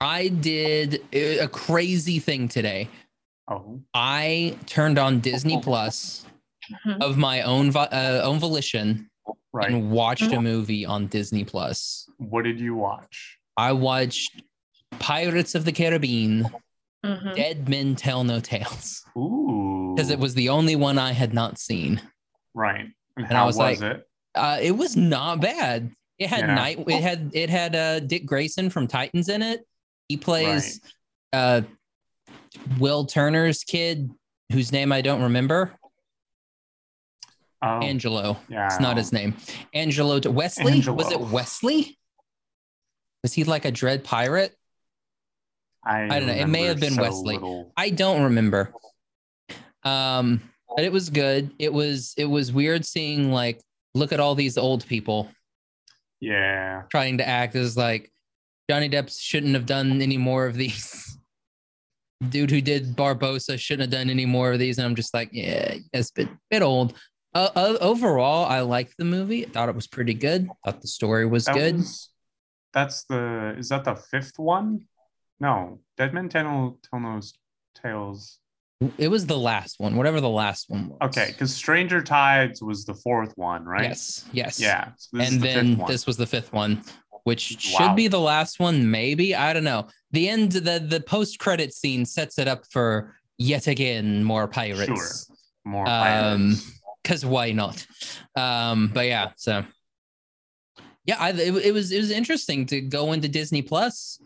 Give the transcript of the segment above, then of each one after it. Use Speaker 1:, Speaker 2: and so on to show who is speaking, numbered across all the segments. Speaker 1: I did uh, a a crazy thing today.
Speaker 2: Oh,
Speaker 1: I turned on
Speaker 2: Uh-huh.
Speaker 1: Disney Plus
Speaker 3: Mhm.
Speaker 1: of my own vo- uh, own volition
Speaker 2: Mm-hmm. right. Mm-hmm.
Speaker 1: and watched a movie on Disney Plus.
Speaker 2: What did you watch?
Speaker 1: I watched Pirates of the Caribbean:
Speaker 2: Mm-hmm.
Speaker 3: Mhm.
Speaker 1: Dead Men Tell No Tales
Speaker 2: Ooh,
Speaker 1: because it was the only one I had not seen.
Speaker 2: right. And,
Speaker 1: I
Speaker 2: how
Speaker 1: was
Speaker 2: was,
Speaker 1: like-
Speaker 2: it?
Speaker 1: Uh, it was not bad. It had
Speaker 2: Yeah.
Speaker 1: night. It had it had uh, Dick Grayson from Titans in it. He plays uh, Will Turner's kid, whose name I don't remember.
Speaker 2: Oh,
Speaker 1: Angelo.
Speaker 2: yeah,
Speaker 1: It's not his name. Angelo to Wesley. Was it
Speaker 2: Angelo.
Speaker 1: Wesley? Was he like a dread pirate?
Speaker 2: I,
Speaker 1: I don't know. It may
Speaker 2: remember
Speaker 1: have been
Speaker 2: so
Speaker 1: Wesley.
Speaker 2: little.
Speaker 1: I don't remember. Um, but it was good. It was it was weird seeing like look at all these old people
Speaker 2: Yeah,
Speaker 1: trying to act as like Johnny Depp shouldn't have done any more of these. Dude who did Barbosa shouldn't have done any more of these, and I'm just like, yeah, it's a bit, bit old. Uh, uh, overall, I liked the movie. I thought it was pretty good. Thought the story was
Speaker 2: that
Speaker 1: good.
Speaker 2: was- that's the. Is that the fifth one? No, Dead Men Tell Tell No Tales.
Speaker 1: It was the last one, whatever the last one was.
Speaker 2: Okay, because Stranger Tides was the fourth one, right?
Speaker 1: Yes. Yes.
Speaker 2: Yeah. So this is
Speaker 1: and
Speaker 2: the
Speaker 1: then
Speaker 2: fifth one.
Speaker 1: this was the fifth one, which
Speaker 2: Wow.
Speaker 1: should be the last one. Maybe I don't know. The end, the the post credit scene sets it up for yet again more pirates.
Speaker 2: more
Speaker 1: Um,
Speaker 2: pirates.
Speaker 1: Because why not? Um, but yeah, so yeah, I, it, it was it was interesting to go into Disney Plus,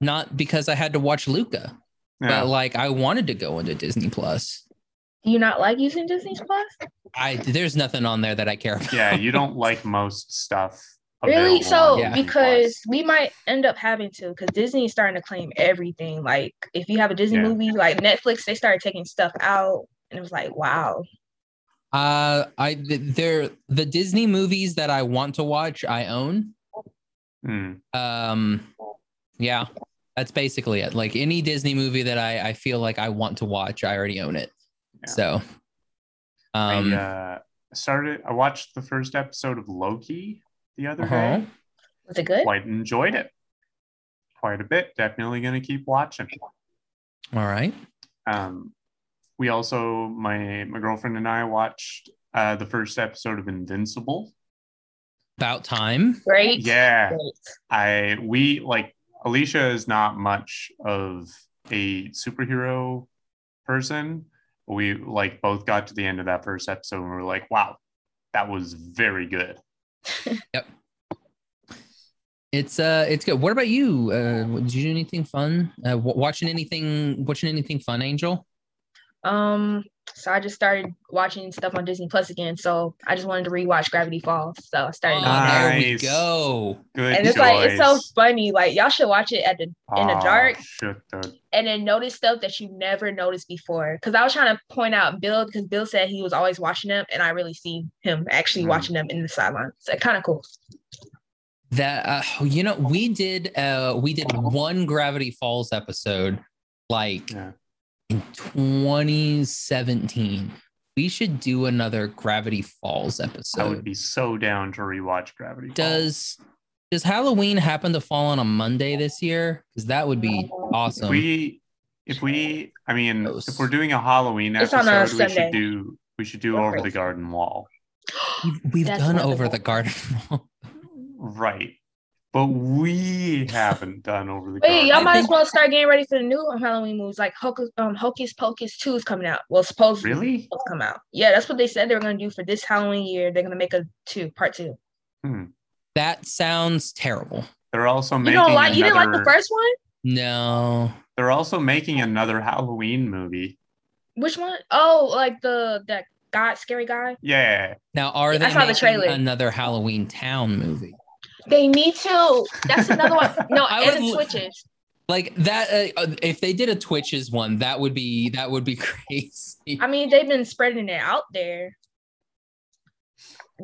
Speaker 1: not because I had to watch Luca,
Speaker 2: Yeah.
Speaker 1: but like I wanted to go into Disney Plus.
Speaker 3: Do you not like using Disney Plus?
Speaker 1: I there's nothing on there that I care about.
Speaker 2: yeah, you don't like most stuff.
Speaker 3: Really?
Speaker 2: available
Speaker 3: So
Speaker 2: on
Speaker 1: Yeah.
Speaker 2: Disney+.
Speaker 3: because we might end up having to, because Disney is starting to claim everything. Like if you have a Disney
Speaker 2: Yeah.
Speaker 3: movie, like Netflix, they started taking stuff out, and it was like, wow.
Speaker 1: Uh, I th- there the Disney movies that I want to watch I own.
Speaker 2: Hmm,
Speaker 1: Um, yeah, that's basically it. Like any Disney movie that I I feel like I want to watch, I already own it.
Speaker 2: Yeah.
Speaker 1: So, um,
Speaker 2: I uh, started. I watched the first episode of Loki the other
Speaker 1: Uh-huh.
Speaker 2: day.
Speaker 3: Was it good?
Speaker 2: Quite enjoyed it. Quite a bit. Definitely going to keep watching.
Speaker 1: all right.
Speaker 2: Um, we also, my my girlfriend and I watched uh, the first episode of Invincible.
Speaker 1: About time.
Speaker 3: Great.
Speaker 2: Yeah.
Speaker 3: Great.
Speaker 2: I we like Alicia is not much of a superhero person. We like both got to the end of that first episode and we were like, wow, that was very good.
Speaker 1: It's uh, it's good. What about you? Uh, did you do anything fun? Uh, w- watching anything? Watching anything fun, Angel?
Speaker 3: Um, so I just started watching stuff on Disney Plus again. So I just wanted to rewatch Gravity Falls. So I started.
Speaker 1: Oh,
Speaker 3: on there.
Speaker 1: there we
Speaker 2: Nice.
Speaker 1: go.
Speaker 2: Good.
Speaker 3: And it's like it's so
Speaker 2: choice.
Speaker 3: funny. Like y'all should watch it at the in the
Speaker 2: Ah,
Speaker 3: dark.
Speaker 2: Shit, dude.
Speaker 3: and then notice stuff that you never noticed before. Because I was trying to point out Bill because Bill said he was always watching them, and I really see him actually
Speaker 2: Mm.
Speaker 3: watching them in the sidelines. kind of cool.
Speaker 1: That uh, you know, we did uh, we did one Gravity Falls episode like
Speaker 2: Yeah.
Speaker 1: in 2017. We should do another Gravity Falls
Speaker 2: I would
Speaker 1: episode.
Speaker 2: be so down to rewatch Gravity. Falls.
Speaker 1: Does does Halloween happen to fall on a Monday this year? Because that would be awesome.
Speaker 2: if we if we I mean
Speaker 1: Gross.
Speaker 2: if we're doing a Halloween
Speaker 3: It's on a
Speaker 2: episode, we
Speaker 3: Sunday.
Speaker 2: should do we should do
Speaker 3: We're
Speaker 2: over the
Speaker 3: crazy.
Speaker 2: garden wall.
Speaker 1: We've
Speaker 3: That's
Speaker 1: done
Speaker 3: wonderful.
Speaker 1: over the garden. Wall.
Speaker 2: Right. But we haven't done over the
Speaker 3: Wait, y'all
Speaker 1: I
Speaker 2: garden.
Speaker 3: might as
Speaker 1: think-
Speaker 3: well start getting ready for the new Halloween movies. Like Hocus, um, Hocus Pocus Two is coming out. Well, supposedly
Speaker 2: Really?
Speaker 3: it's supposed to come out. Yeah, that's what they said they were gonna do for this Halloween year. They're gonna make a two part two.
Speaker 1: That sounds terrible.
Speaker 2: They're also
Speaker 3: You
Speaker 2: making
Speaker 3: don't like? You didn't like the
Speaker 2: another-
Speaker 3: first one?
Speaker 1: No.
Speaker 2: They're also making another Halloween movie.
Speaker 3: Which one? Oh, like the that guy, scary guy.
Speaker 2: Yeah.
Speaker 1: Now are they
Speaker 3: saw the
Speaker 1: making
Speaker 3: trailer.
Speaker 1: another Halloween Town movie?
Speaker 3: They need to. That's another one. No,
Speaker 1: I would
Speaker 3: and it
Speaker 1: l-
Speaker 3: switches.
Speaker 1: Like that? Uh, if they did a Twitches one, that would be that would be crazy.
Speaker 3: I mean, they've been spreading it out there.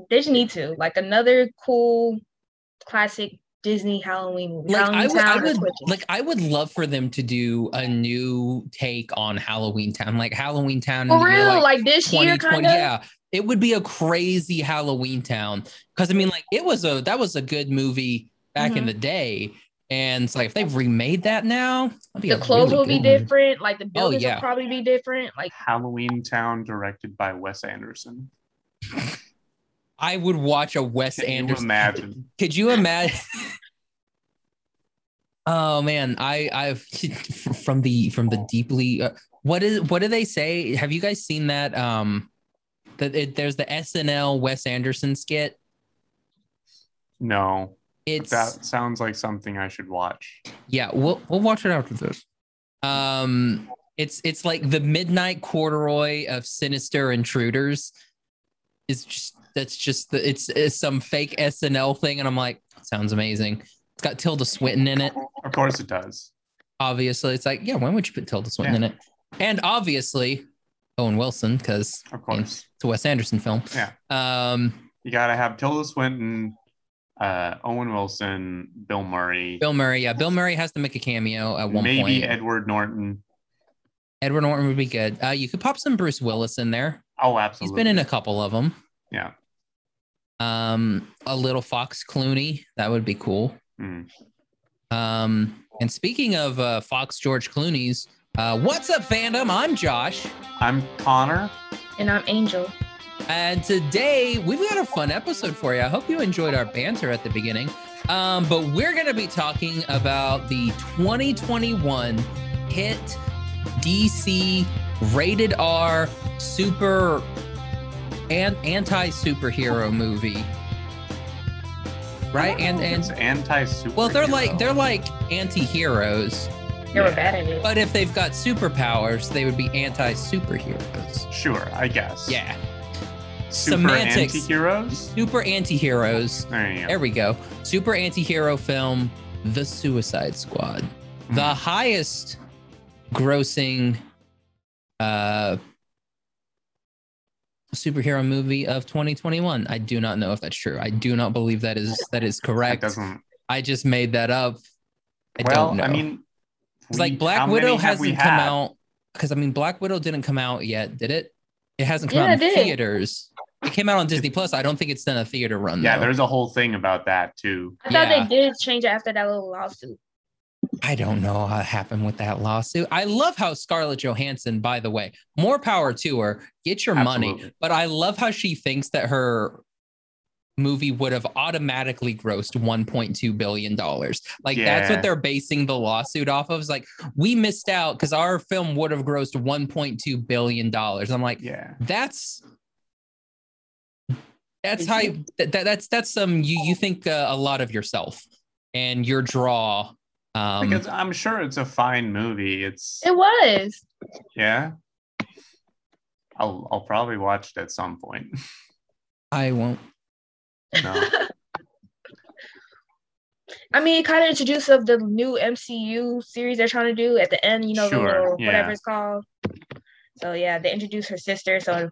Speaker 3: They just need to like another cool, classic Disney Halloween movie.
Speaker 1: like I
Speaker 3: Halloween
Speaker 1: would, I
Speaker 3: Town or
Speaker 1: would
Speaker 3: Twitches.
Speaker 1: like I would love for them to do a new take on Halloween Town, like Halloween Town in
Speaker 3: for
Speaker 1: the year,
Speaker 3: real, like,
Speaker 1: like,
Speaker 3: this year, kind
Speaker 1: 2020.
Speaker 3: of.
Speaker 1: Yeah, it would be a crazy Halloween Town because I mean, like it was a that was a good movie back in
Speaker 3: Mhm.
Speaker 1: the day, And it's like if they've remade that now, that'd be
Speaker 3: The
Speaker 1: a
Speaker 3: clothes
Speaker 1: really
Speaker 3: will be
Speaker 1: good one. Oh,
Speaker 3: different. Like the buildings
Speaker 1: yeah.
Speaker 3: will probably be different. Like
Speaker 2: Halloween Town, directed by Wes Anderson.
Speaker 1: I would watch a Wes
Speaker 2: Can you
Speaker 1: Anderson.
Speaker 2: imagine?
Speaker 1: Could you imagine? oh man, I I've from the from the deeply. Uh, what is what do they say? Have you guys seen that? Um, that it, there's the SNL Wes Anderson skit.
Speaker 2: No,
Speaker 1: It's
Speaker 2: that sounds like something I should watch.
Speaker 1: yeah. We'll we'll watch it after this. Um, it's it's like the midnight corduroy of sinister intruders. It's just that's just the it's, it's some fake SNL thing, and I'm like, sounds amazing. It's got Tilda Swinton in it.
Speaker 2: Of course it does.
Speaker 1: obviously it's like yeah when would you put tilda swinton in it and obviously owen wilson because
Speaker 2: Of course.
Speaker 1: it's a wes anderson film
Speaker 2: Yeah.
Speaker 1: um
Speaker 2: You gotta have Tilda Swinton, uh, Owen Wilson, Bill Murray,
Speaker 1: bill murray yeah bill murray has to make a cameo at one
Speaker 2: maybe
Speaker 1: point
Speaker 2: Edward Norton.
Speaker 1: edward norton would be good uh you could pop some bruce willis in there
Speaker 2: Oh,
Speaker 1: he's
Speaker 2: absolutely.
Speaker 1: been in a couple of them
Speaker 2: Yeah.
Speaker 1: um a little fox clooney that would be cool
Speaker 2: Mm.
Speaker 1: um and speaking of uh fox george clooney's uh what's up fandom i'm josh
Speaker 2: I'm Connor.
Speaker 3: and I'm Angel.
Speaker 1: And today we've got a fun episode for you. I hope you enjoyed our banter at the beginning. Um, but we're going to be talking about the 2021 hit DC rated R super and anti superhero movie. Right? And
Speaker 2: It's
Speaker 1: and
Speaker 2: anti super.
Speaker 1: well, they're like they're like anti-heroes,
Speaker 3: They were bad at it.
Speaker 1: but if they've got superpowers, they would be anti-superheroes.
Speaker 2: sure, I guess.
Speaker 1: Yeah.
Speaker 2: Super
Speaker 1: semantics.
Speaker 2: anti-heroes.
Speaker 1: Super anti-heroes.
Speaker 2: There you go.
Speaker 1: There we go. Super anti-hero film, The Suicide Squad.
Speaker 2: Hmm.
Speaker 1: The highest grossing uh superhero movie of 2021. I do not know if that's true. I do not believe that is that is
Speaker 2: That
Speaker 1: correct.
Speaker 2: doesn't.
Speaker 1: I just made that up. I
Speaker 2: well,
Speaker 1: don't know.
Speaker 2: I mean,
Speaker 1: it's
Speaker 2: we-
Speaker 1: like
Speaker 2: how
Speaker 1: Black
Speaker 2: many
Speaker 1: Widow
Speaker 2: have we
Speaker 1: hasn't come
Speaker 2: had?
Speaker 1: out because I mean Black Widow didn't come out yet, did it? It hasn't come
Speaker 3: Yeah,
Speaker 1: out in
Speaker 3: it did.
Speaker 1: theaters. It came out on Disney Plus. I don't think it's done a theater run.
Speaker 2: Yeah,
Speaker 1: though.
Speaker 2: there's a whole thing about that too.
Speaker 3: I thought
Speaker 1: yeah.
Speaker 3: they did change it after that little lawsuit.
Speaker 1: I don't
Speaker 2: Mm-hmm.
Speaker 1: know how it happened with that lawsuit. I love how Scarlett Johansson, by the way, more power to her. Get your money.
Speaker 2: Absolutely.
Speaker 1: But I love how she thinks that her movie would have automatically grossed 1.2 billion dollars. Like that's
Speaker 2: Yeah.
Speaker 1: what they're basing the lawsuit off of. Is like we missed out because our film would have grossed 1.2 billion dollars. I'm like,
Speaker 2: Yeah.
Speaker 1: that's that's how you, that, that- that's that's some you you think uh, a lot of yourself and your draw. Um,
Speaker 2: Because I'm sure it's a fine movie. It's
Speaker 3: It was.
Speaker 2: yeah. I'll I'll probably watch it at some point.
Speaker 1: I won't.
Speaker 2: No.
Speaker 3: I mean, it kind of introduced of the new MCU series they're trying to do at the end, you know, the
Speaker 2: Sure,
Speaker 3: little-
Speaker 2: yeah.
Speaker 3: whatever it's called. So yeah, they introduced her sister. So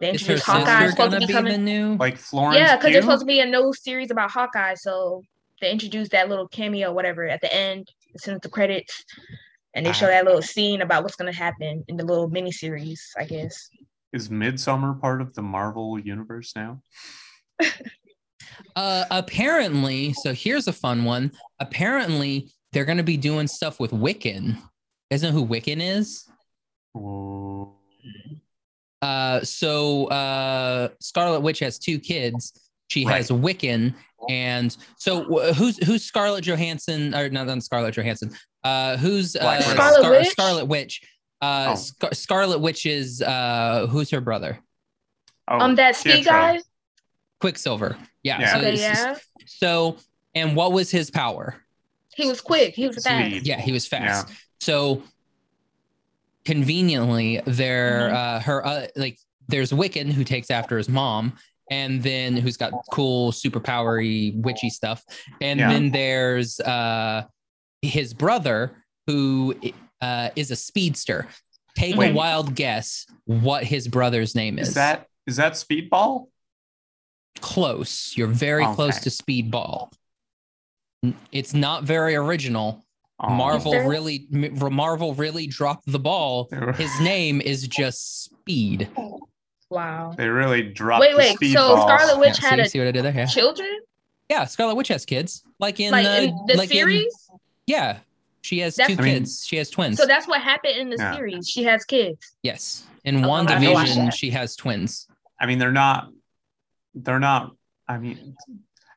Speaker 3: they
Speaker 1: Is her
Speaker 3: introduced Hawkeye.
Speaker 1: sister
Speaker 3: It's supposed
Speaker 1: gonna
Speaker 3: to
Speaker 1: be
Speaker 3: be
Speaker 1: the
Speaker 3: coming.
Speaker 1: new?
Speaker 2: Like Florence.
Speaker 3: Yeah, because
Speaker 2: Pugh?
Speaker 3: there's supposed to be a new series about Hawkeye. So they introduced that little cameo, whatever, at the end, as soon as the credits, and they show
Speaker 1: Ah.
Speaker 3: that little scene about what's gonna happen in the little mini series, I guess.
Speaker 2: is Midsummer part of the Marvel universe now?
Speaker 1: uh, apparently, so here's a fun one. Apparently, they're gonna be doing stuff with Wiccan. Isn't who Wiccan is?
Speaker 2: Whoa.
Speaker 1: Uh, so uh, Scarlet Witch has two kids. She
Speaker 2: Right.
Speaker 1: has Wiccan, and so wh- who's who's Scarlett Johansson? Or not, not Scarlett Johansson. Uh, who's uh,
Speaker 2: Black Widow.
Speaker 3: Scarlet
Speaker 1: Scar-
Speaker 3: Witch?
Speaker 1: Scarlet Witch. Uh,
Speaker 2: Oh.
Speaker 1: Scar- Scarlet Witch is uh, who's her brother?
Speaker 2: Oh,
Speaker 3: um, that ski
Speaker 2: Pietro.
Speaker 3: guy.
Speaker 1: Quicksilver. Yeah.
Speaker 2: Yeah.
Speaker 1: So,
Speaker 3: Okay,
Speaker 1: it's-
Speaker 3: yeah,
Speaker 1: so and what was his power?
Speaker 3: he was quick. He was fast.
Speaker 2: Sweet.
Speaker 1: Yeah, he was fast. So conveniently,
Speaker 2: Mm-hmm.
Speaker 1: there uh, her uh, like there's Wiccan who takes after his mom, and then who's got cool superpowery witchy stuff, and
Speaker 2: Yeah.
Speaker 1: then there's uh, his brother who uh, is a speedster. Take a
Speaker 2: Wait.
Speaker 1: wild guess what his brother's name is.
Speaker 2: Is that is that Speedball?
Speaker 1: close? You're very close
Speaker 2: Okay.
Speaker 1: to Speedball. N- It's not very original.
Speaker 2: Oh.
Speaker 1: Marvel
Speaker 3: Sure.
Speaker 1: really, M- Marvel really dropped the ball.
Speaker 2: They, were-
Speaker 1: His name is just Speed.
Speaker 3: Wow.
Speaker 2: they really dropped.
Speaker 3: Wait,
Speaker 2: the
Speaker 3: wait. So
Speaker 2: Speedball.
Speaker 3: Scarlet Witch
Speaker 1: Yeah,
Speaker 3: had
Speaker 1: see,
Speaker 3: a
Speaker 1: see what I did there? Yeah.
Speaker 3: children?
Speaker 1: Yeah, Scarlet Witch has kids. Like in,
Speaker 3: like
Speaker 1: uh,
Speaker 3: in the
Speaker 1: like in-
Speaker 3: series.
Speaker 1: yeah, she has
Speaker 3: That's-
Speaker 1: two
Speaker 2: I mean-
Speaker 1: kids. She has twins.
Speaker 3: so that's what happened in the
Speaker 2: Yeah.
Speaker 3: series. She has kids.
Speaker 1: yes, in
Speaker 3: Oh, I
Speaker 1: one
Speaker 3: watched
Speaker 1: WandaVision,
Speaker 3: that.
Speaker 1: she has twins.
Speaker 2: I mean, they're not. They're not. I mean,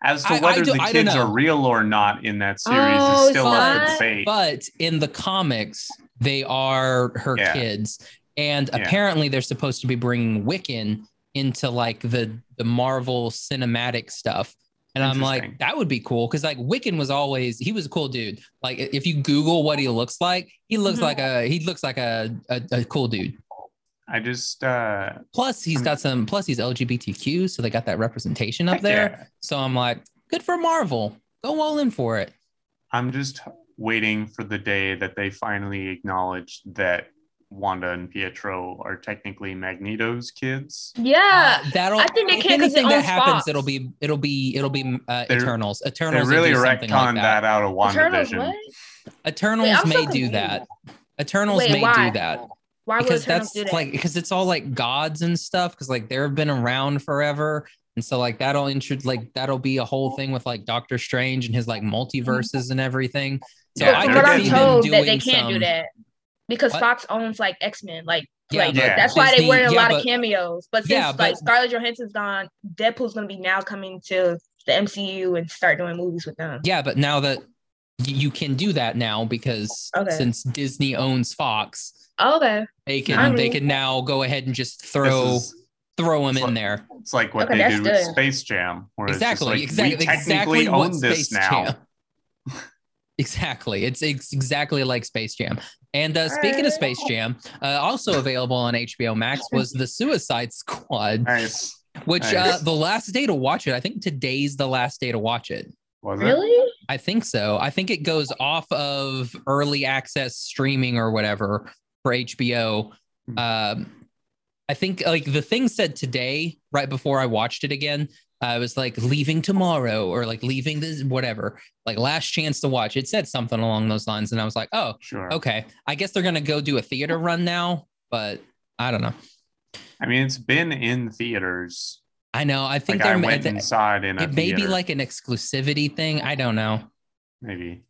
Speaker 2: as to
Speaker 1: I- I
Speaker 2: whether
Speaker 1: do-
Speaker 2: the
Speaker 1: I don't
Speaker 2: kids
Speaker 1: know.
Speaker 2: are real or not in that series
Speaker 3: Oh,
Speaker 2: is still up
Speaker 1: but-
Speaker 2: for debate.
Speaker 1: But in the comics, they are her
Speaker 2: Yeah.
Speaker 1: kids, and
Speaker 2: Yeah.
Speaker 1: apparently they're supposed to be bringing Wiccan into like the the Marvel cinematic stuff. And I'm like,
Speaker 2: Interesting.
Speaker 1: that would be cool because like Wiccan was always he was a cool dude. Like i- if you Google what he looks like, he looks
Speaker 2: Mm-hmm.
Speaker 3: Mhm.
Speaker 1: like a he looks like a, a a cool dude.
Speaker 2: I just uh,
Speaker 1: Plus he's got some plus he's LGBTQ, so they got that representation up
Speaker 2: heck
Speaker 1: there.
Speaker 2: yeah.
Speaker 1: So I'm like, good for Marvel. Go all in for it.
Speaker 2: I'm just waiting for the day that they finally acknowledge that Wanda and Pietro are technically Magneto's kids.
Speaker 3: Yeah.
Speaker 1: Uh, that'll.
Speaker 3: I think they
Speaker 1: if
Speaker 3: can 'cause
Speaker 1: anything
Speaker 3: it
Speaker 1: that
Speaker 3: owns
Speaker 1: happens,
Speaker 3: Fox.
Speaker 1: it'll be it'll be it'll be uh,
Speaker 2: They're-
Speaker 1: Eternals.
Speaker 2: They
Speaker 1: Eternals. will
Speaker 2: really
Speaker 1: do something
Speaker 2: retconned
Speaker 1: like
Speaker 2: that.
Speaker 1: that.
Speaker 2: out of
Speaker 3: Eternals,
Speaker 2: WandaVision.
Speaker 3: what? Wait,
Speaker 1: Eternals
Speaker 3: I'm so
Speaker 1: may do
Speaker 3: confused.
Speaker 1: that. Eternals
Speaker 3: Wait,
Speaker 1: may
Speaker 3: why?
Speaker 1: do that
Speaker 3: Why would
Speaker 1: because
Speaker 3: Eternals
Speaker 1: that's
Speaker 3: do that?
Speaker 1: like because it's all like gods and stuff because like they've been around forever and so like that'll intro like that'll be a whole thing with like Doctor Strange and his like multiverses and everything. So
Speaker 2: Yeah,
Speaker 3: But
Speaker 1: I
Speaker 3: from
Speaker 2: they're
Speaker 1: could
Speaker 3: what I'm
Speaker 1: see
Speaker 2: getting-
Speaker 1: them
Speaker 3: told, that they
Speaker 1: doing
Speaker 3: can't do
Speaker 1: some-
Speaker 3: that because
Speaker 1: What?
Speaker 3: Fox owns like X Men, like.
Speaker 1: Yeah,
Speaker 3: like,
Speaker 1: but
Speaker 2: Yeah.
Speaker 3: that's why they
Speaker 1: Disney-
Speaker 3: wear a
Speaker 1: yeah,
Speaker 3: lot
Speaker 1: but-
Speaker 3: of cameos. But since
Speaker 1: Yeah,
Speaker 3: like
Speaker 1: but-
Speaker 3: Scarlett Johansson's gone, Deadpool's gonna be now coming to the MCU and start doing movies with them.
Speaker 1: Yeah, but now that y- you can do that now because
Speaker 3: Okay.
Speaker 1: since Disney owns Fox,
Speaker 3: okay,
Speaker 1: They can
Speaker 3: I
Speaker 1: they
Speaker 3: mean-
Speaker 1: can now go ahead and just
Speaker 2: This
Speaker 1: throw
Speaker 2: is-
Speaker 1: throw him
Speaker 2: it's
Speaker 1: in
Speaker 2: like-
Speaker 1: there.
Speaker 2: It's like what
Speaker 3: Okay,
Speaker 2: they
Speaker 3: that's
Speaker 2: do with
Speaker 3: good.
Speaker 2: Space Jam, where
Speaker 1: Exactly,
Speaker 2: it's just like,
Speaker 1: exactly,
Speaker 2: we technically
Speaker 1: exactly. what
Speaker 2: own this
Speaker 1: Space
Speaker 2: now.
Speaker 1: Jam. exactly, it's, it's exactly like Space Jam. And uh, speaking of Space Jam, uh, also available on HBO Max was the Suicide Squad,
Speaker 2: Nice.
Speaker 1: which uh,
Speaker 2: nice.
Speaker 1: the last day to watch it. I think today's the last day to watch it.
Speaker 2: Was it?
Speaker 3: really?
Speaker 1: I think so. I think it goes off of early access streaming or whatever for HBO.
Speaker 2: Hmm.
Speaker 1: Um, I think like the thing said today, right before I watched it again, I was like leaving tomorrow or like leaving this whatever, like last chance to watch. It said something along those lines, and I was like, oh,
Speaker 2: Sure.
Speaker 1: okay. I guess they're gonna go do a theater run now, but I don't know.
Speaker 2: I mean, it's been in theaters.
Speaker 1: I know. I think
Speaker 2: like I
Speaker 1: they're.
Speaker 2: went and saw it in a
Speaker 1: it may be
Speaker 2: theater,
Speaker 1: like an exclusivity thing. I don't know.
Speaker 2: maybe.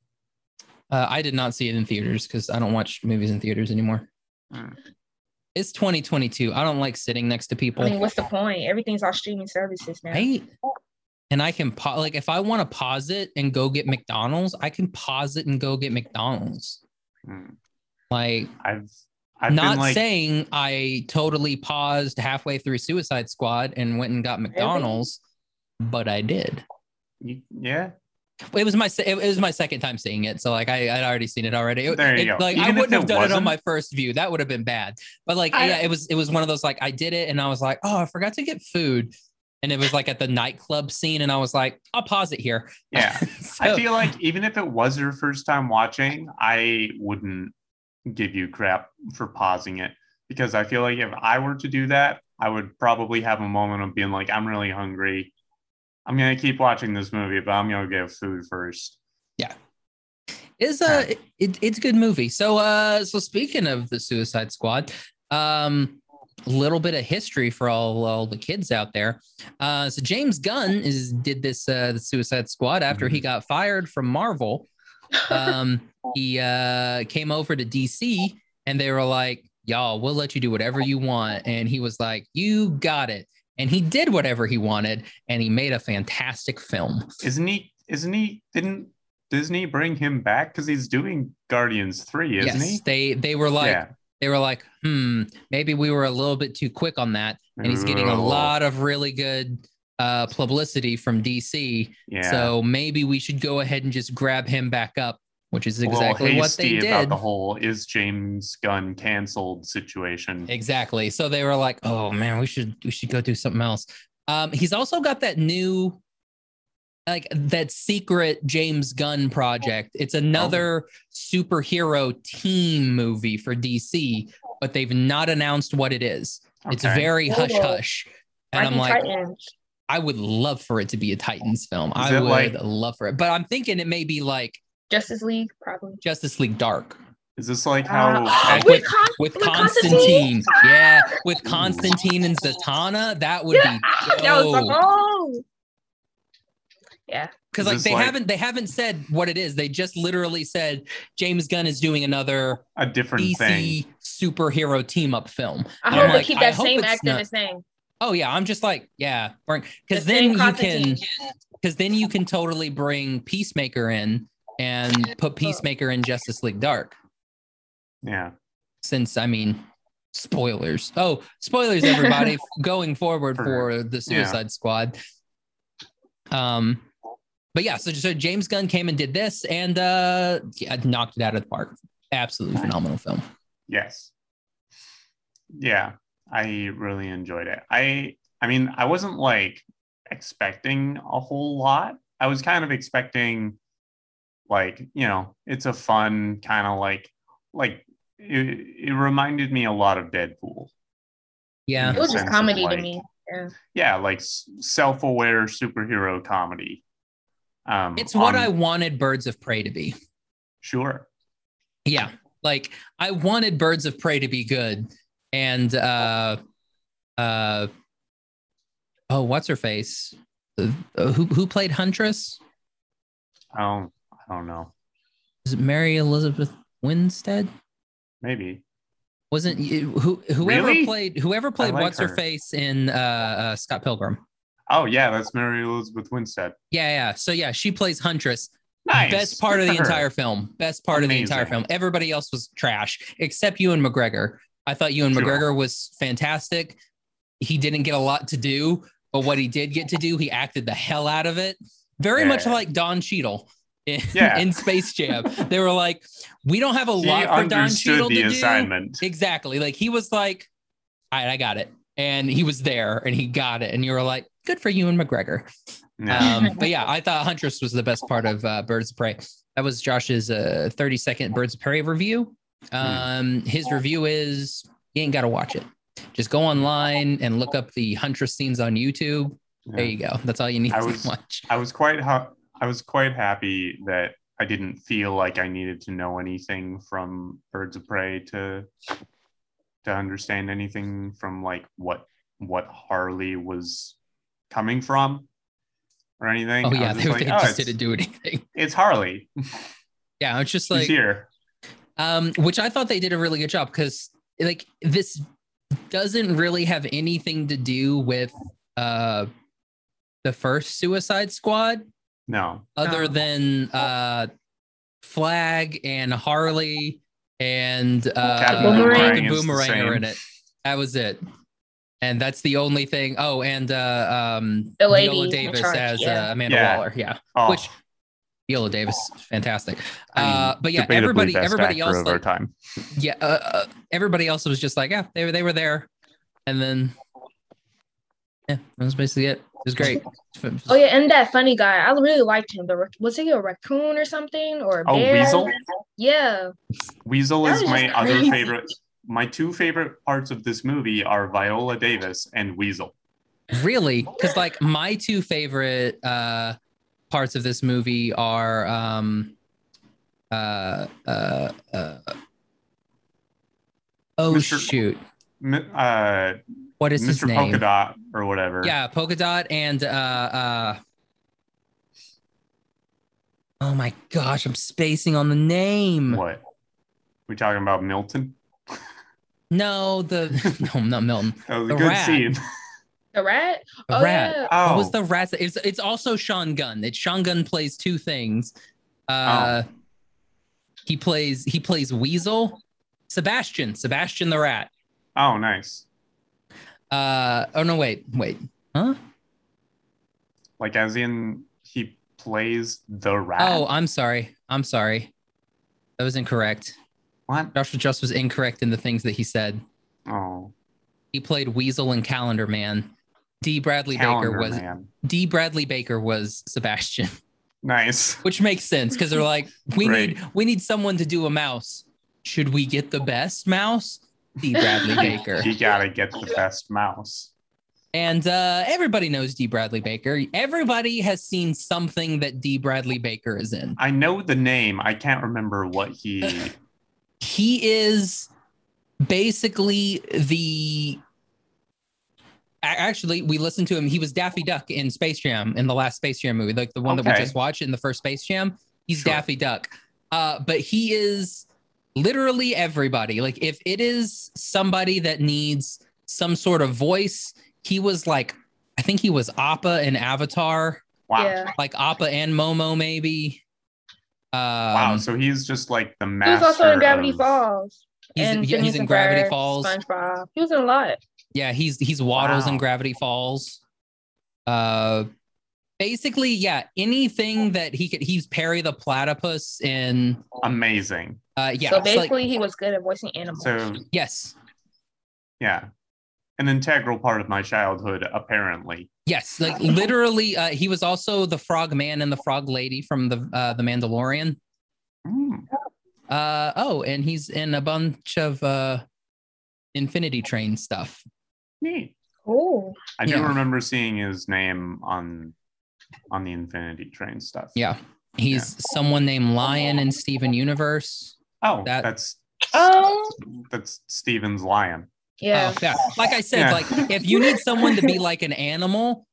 Speaker 1: Uh, I did not see it in theaters because I don't watch movies in theaters anymore.
Speaker 3: Hmm.
Speaker 2: Mm.
Speaker 1: It's 2022. I don't like sitting next to people,
Speaker 3: I mean, what's the point? Everything's on streaming services now.
Speaker 1: right? And I can pause, like, if I want to pause it and go get McDonald's, I can pause it and go get McDonald's.
Speaker 2: Mm.
Speaker 1: Like,
Speaker 2: I've I've
Speaker 1: not
Speaker 2: been like
Speaker 1: saying I totally paused halfway through Suicide Squad and went and got McDonald's, but I did.
Speaker 2: you- yeah.
Speaker 1: It was my se- it was my second time seeing it, so like I I'd already seen it already. It-
Speaker 2: There you
Speaker 1: it-
Speaker 2: go.
Speaker 1: Like
Speaker 2: Even
Speaker 1: I
Speaker 2: if
Speaker 1: wouldn't have
Speaker 2: it
Speaker 1: done it on
Speaker 2: wasn't-
Speaker 1: my first view. That would have been bad. But like
Speaker 2: I-
Speaker 1: yeah, it was it was one of those like I did it and I was like, oh, I forgot to get food, and it was like at the nightclub scene, and I was like, I'll pause it here.
Speaker 2: Yeah.
Speaker 1: so,
Speaker 2: I feel like even if it was your first time watching, I wouldn't give you crap for pausing it because I feel like if I were to do that, I would probably have a moment of being like, I'm really hungry. I'm gonna keep watching this movie, but I'm gonna get food first.
Speaker 1: is a it, it's a good movie. So uh so speaking of the Suicide Squad, um little bit of history for all, all the kids out there. Uh so James Gunn is did this uh the Suicide Squad after he got fired from Marvel. Um he uh came over to DC and they were like, "Y'all, we'll let you do whatever you want." And he was like, "You got it." And he did whatever he wanted and he made a fantastic film.
Speaker 2: Isn't he isn't he didn't Disney bring him back? Because he's doing Guardians 3, isn't
Speaker 1: yes,
Speaker 2: he?
Speaker 1: they they were like
Speaker 2: yeah.
Speaker 1: they were like, hmm, maybe we were a little bit too quick on that. And he's getting a
Speaker 2: Ooh.
Speaker 1: lot of really good uh, publicity from DC.
Speaker 2: Yeah.
Speaker 1: So maybe we should go ahead and just grab him back up, which is
Speaker 2: A little
Speaker 1: exactly what they
Speaker 2: hasty about
Speaker 1: did.
Speaker 2: the whole is James Gunn canceled situation.
Speaker 1: Exactly. So they were like, oh man, we should we should go do something else. Um, he's also got that new like that secret James Gunn project. It's another superhero team movie for DC, but they've not announced what it is. It's
Speaker 2: Okay.
Speaker 1: very
Speaker 3: Oh.
Speaker 1: hush hush. And
Speaker 3: I
Speaker 1: I'm
Speaker 3: think
Speaker 1: like,
Speaker 3: Titans.
Speaker 1: I would love for it to be a Titans film. I
Speaker 2: it
Speaker 1: would
Speaker 2: like-
Speaker 1: love for it. But I'm thinking it may be like
Speaker 3: Justice League, probably.
Speaker 1: Justice League Dark.
Speaker 2: Is this like how
Speaker 3: Uh,
Speaker 1: Like
Speaker 3: with
Speaker 1: with-
Speaker 3: Con-
Speaker 1: with
Speaker 3: With
Speaker 1: Constantine.
Speaker 3: Constantine?
Speaker 1: Yeah, with
Speaker 2: Ooh.
Speaker 1: Constantine and Zatanna, that would
Speaker 3: yeah,
Speaker 1: be
Speaker 3: that was like,
Speaker 1: dope.
Speaker 3: oh. Yeah.
Speaker 1: because
Speaker 2: Is
Speaker 1: like
Speaker 2: this
Speaker 1: they
Speaker 2: like-
Speaker 1: haven't they haven't said what it is. They just literally said James Gunn is doing another
Speaker 2: A different
Speaker 1: DC
Speaker 2: thing.
Speaker 1: superhero team up film.
Speaker 3: I
Speaker 1: I'm
Speaker 3: hope
Speaker 1: like,
Speaker 3: they keep
Speaker 1: I
Speaker 3: that
Speaker 1: hope
Speaker 3: same
Speaker 1: it's
Speaker 3: actor
Speaker 1: not-
Speaker 3: the same.
Speaker 1: Oh yeah, I'm just like yeah, because
Speaker 3: The
Speaker 1: then
Speaker 3: same
Speaker 1: you
Speaker 3: continuity.
Speaker 1: can because then you can totally bring Peacemaker in and put Peacemaker in Justice League Dark.
Speaker 2: Yeah.
Speaker 1: Since I mean, spoilers. Oh, spoilers, everybody, going forward for,
Speaker 2: For-
Speaker 1: the Suicide Squad. Um, but yeah, so so James Gunn came and did this and uh yeah, knocked it out of the park. Absolutely phenomenal film.
Speaker 2: Yes. Yeah, I really enjoyed it. I I mean, I wasn't like expecting a whole lot. I was kind of expecting like, you know, it's a fun kind of like like it, it reminded me a lot of Deadpool.
Speaker 1: Yeah,
Speaker 3: It was just
Speaker 2: Sense of,
Speaker 3: comedy
Speaker 2: like,
Speaker 3: to me. Yeah.
Speaker 2: Yeah, like s- self-aware superhero comedy. Um
Speaker 1: it's what
Speaker 2: on-
Speaker 1: I wanted Birds of Prey to be.
Speaker 2: Sure.
Speaker 1: yeah like i wanted birds of prey to be good and uh uh oh what's her face Uh, uh, who who played huntress
Speaker 2: I don't I don't know.
Speaker 1: is it mary elizabeth winstead
Speaker 2: Maybe.
Speaker 1: wasn't you, who whoever
Speaker 2: Really?
Speaker 1: played whoever played
Speaker 2: like
Speaker 1: what's her
Speaker 2: her.
Speaker 1: face in uh, uh scott pilgrim
Speaker 2: Oh yeah, that's Mary Elizabeth Winstead.
Speaker 1: yeah yeah so yeah she plays huntress
Speaker 2: Nice.
Speaker 1: best part
Speaker 2: Good
Speaker 1: of the
Speaker 2: for her.
Speaker 1: entire film. Best part of the entire
Speaker 2: Amazing.
Speaker 1: film. Everybody else was trash except Ewan McGregor. I thought Ewan
Speaker 2: Sure.
Speaker 1: McGregor was fantastic. He didn't get a lot to do, but what he did get to do, he acted the hell out of it. Very much
Speaker 2: Yeah.
Speaker 1: like Don Cheadle in,
Speaker 2: Yeah.
Speaker 1: in Space Jam. they were like, we don't have a
Speaker 2: He
Speaker 1: lot for Don Cheadle to
Speaker 2: understood the
Speaker 1: do.
Speaker 2: assignment.
Speaker 1: Exactly. Like he was like, all right, I got it. And he was there and he got it. And you were like, good for Ewan McGregor.
Speaker 2: Yeah.
Speaker 1: Um, but yeah, I thought Huntress was the best part of uh, Birds of Prey. That was Josh's uh, 30 second Birds of Prey review.
Speaker 2: Hmm.
Speaker 1: Um, his review is you ain't got to watch it. Just go online and look up the Huntress scenes on YouTube. There
Speaker 2: Yeah.
Speaker 1: you go. That's all you need
Speaker 2: I
Speaker 1: to
Speaker 2: was-
Speaker 1: watch.
Speaker 2: I was quite ha- I was quite happy that I didn't feel like I needed to know anything from Birds of Prey to to understand anything from like what what Harley was coming from or anything.
Speaker 1: Oh,
Speaker 2: I
Speaker 1: yeah. They,
Speaker 2: was just
Speaker 1: they
Speaker 2: like, oh,
Speaker 1: just
Speaker 2: it's,
Speaker 1: didn't do anything.
Speaker 2: it's Harley.
Speaker 1: Yeah. It's just
Speaker 2: She's
Speaker 1: like,
Speaker 2: here.
Speaker 1: um, which I thought they did a really good job because like this doesn't really have anything to do with uh, the first Suicide Squad.
Speaker 2: No,
Speaker 1: other
Speaker 3: Oh.
Speaker 1: than uh flag and harley and uh
Speaker 2: Captain
Speaker 3: Boomerang.
Speaker 1: Captain
Speaker 2: is the
Speaker 1: boomerang are in
Speaker 2: same.
Speaker 1: it that was it and that's the only thing oh and uh um
Speaker 3: The lady
Speaker 1: Viola
Speaker 3: in
Speaker 1: davis
Speaker 3: charge,
Speaker 1: as
Speaker 3: yeah.
Speaker 1: uh, amanda
Speaker 2: Yeah.
Speaker 1: waller yeah
Speaker 2: oh,
Speaker 1: Which- Viola davis fantastic
Speaker 2: I mean,
Speaker 1: uh but yeah
Speaker 2: debatably
Speaker 1: everybody
Speaker 2: best
Speaker 1: everybody
Speaker 2: actor
Speaker 1: else
Speaker 2: of our
Speaker 1: like,
Speaker 2: time.
Speaker 1: yeah uh, uh, everybody else was just like yeah they were they were there and then yeah that was basically it it was great
Speaker 3: Oh yeah, and that funny guy. I really liked him. The rac- was he a raccoon or something or a
Speaker 2: Oh,
Speaker 3: bear?
Speaker 2: Weasel.
Speaker 3: Yeah.
Speaker 2: Weasel
Speaker 3: That
Speaker 2: is
Speaker 3: was
Speaker 2: my
Speaker 3: just
Speaker 2: other
Speaker 3: crazy.
Speaker 2: favorite. My two favorite parts of this movie are Viola Davis and Weasel.
Speaker 1: Really? Because like my two favorite uh parts of this movie are um uh uh, uh oh
Speaker 2: Mr.
Speaker 1: shoot.
Speaker 2: M- Uh,
Speaker 1: What is his
Speaker 2: Mr.
Speaker 1: name?
Speaker 2: Polka Dot or whatever.
Speaker 1: Yeah, polka dot and uh uh Oh my gosh, I'm spacing on the name.
Speaker 2: What? We talking about Milton?
Speaker 1: No, the no, not Milton.
Speaker 2: That was a
Speaker 1: The
Speaker 2: good
Speaker 1: rat.
Speaker 2: scene.
Speaker 3: The rat?
Speaker 1: The
Speaker 3: oh
Speaker 1: rat.
Speaker 3: yeah.
Speaker 2: Oh,
Speaker 1: What was the rat? It's it's also Sean Gunn. It's Sean Gunn plays two things. Uh,
Speaker 2: Oh.
Speaker 1: He plays he plays Weasel, Sebastian, Sebastian the Rat.
Speaker 2: oh, nice.
Speaker 1: Uh, oh no, wait, wait, huh?
Speaker 2: Like as in he plays the rat.
Speaker 1: Oh, I'm sorry, I'm sorry, that was incorrect.
Speaker 2: what?
Speaker 1: Joshua Just was incorrect in the things that he said.
Speaker 2: Oh,
Speaker 1: He played Weasel and Calendar Man. D. Bradley
Speaker 2: Calendar
Speaker 1: Baker was
Speaker 2: Man.
Speaker 1: D. Bradley Baker was Sebastian,
Speaker 2: Nice.
Speaker 1: which makes sense because they're like, we
Speaker 2: Right.
Speaker 1: need we need someone to do a mouse. Should we get the best mouse? D. Bradley Baker.
Speaker 2: You gotta get the best mouse.
Speaker 1: And uh, everybody knows D. Bradley Baker. Everybody has seen something that D. Bradley Baker is in.
Speaker 2: I know the name. I can't remember what he.
Speaker 1: He is basically the a- actually we listened to him. He was Daffy Duck in Space Jam in the last Space Jam movie, like the one that
Speaker 2: Okay.
Speaker 1: we just watched in the first Space Jam. He's
Speaker 2: Sure.
Speaker 1: Daffy Duck. Uh, but he is literally everybody. Like if it is somebody that needs some sort of voice, he was like, I think he was Appa in Avatar,
Speaker 2: Wow.
Speaker 3: Yeah.
Speaker 1: like Appa and Momo maybe. Um,
Speaker 2: Wow. so he's just like the
Speaker 3: He
Speaker 2: master.
Speaker 3: was also in Gravity
Speaker 2: of-
Speaker 3: Falls.
Speaker 1: he's, yeah,
Speaker 3: and
Speaker 1: he's
Speaker 3: Phineas
Speaker 1: in
Speaker 3: and
Speaker 1: Gravity
Speaker 3: Ferb,
Speaker 1: Falls.
Speaker 3: SpongeBob. He was in a lot.
Speaker 1: Yeah, he's he's Waddles in
Speaker 2: Wow.
Speaker 1: Gravity Falls. Uh basically, yeah, anything that he could he's Perry the platypus in
Speaker 2: Amazing.
Speaker 1: uh yeah,
Speaker 3: so
Speaker 1: it's like-
Speaker 3: basically, he was good at voicing animals.
Speaker 2: So
Speaker 1: yes,
Speaker 2: yeah, an integral part of my childhood, apparently.
Speaker 1: yes, like literally uh he was also the frog man and the frog lady from the uh the Mandalorian.
Speaker 2: Mm,
Speaker 1: Uh oh, and he's in a bunch of uh Infinity Train stuff.
Speaker 2: neat.
Speaker 3: cool.
Speaker 2: I do
Speaker 1: Yeah.
Speaker 2: remember seeing his name on on the Infinity Train stuff.
Speaker 1: Yeah. He's someone named Lion in Steven Universe.
Speaker 2: Oh,
Speaker 1: That-
Speaker 2: that's
Speaker 3: Um,
Speaker 2: that's Steven's lion.
Speaker 3: yeah.
Speaker 1: Oh, yeah. Like I said,
Speaker 2: Yeah.
Speaker 1: like if you need someone to be like an animal,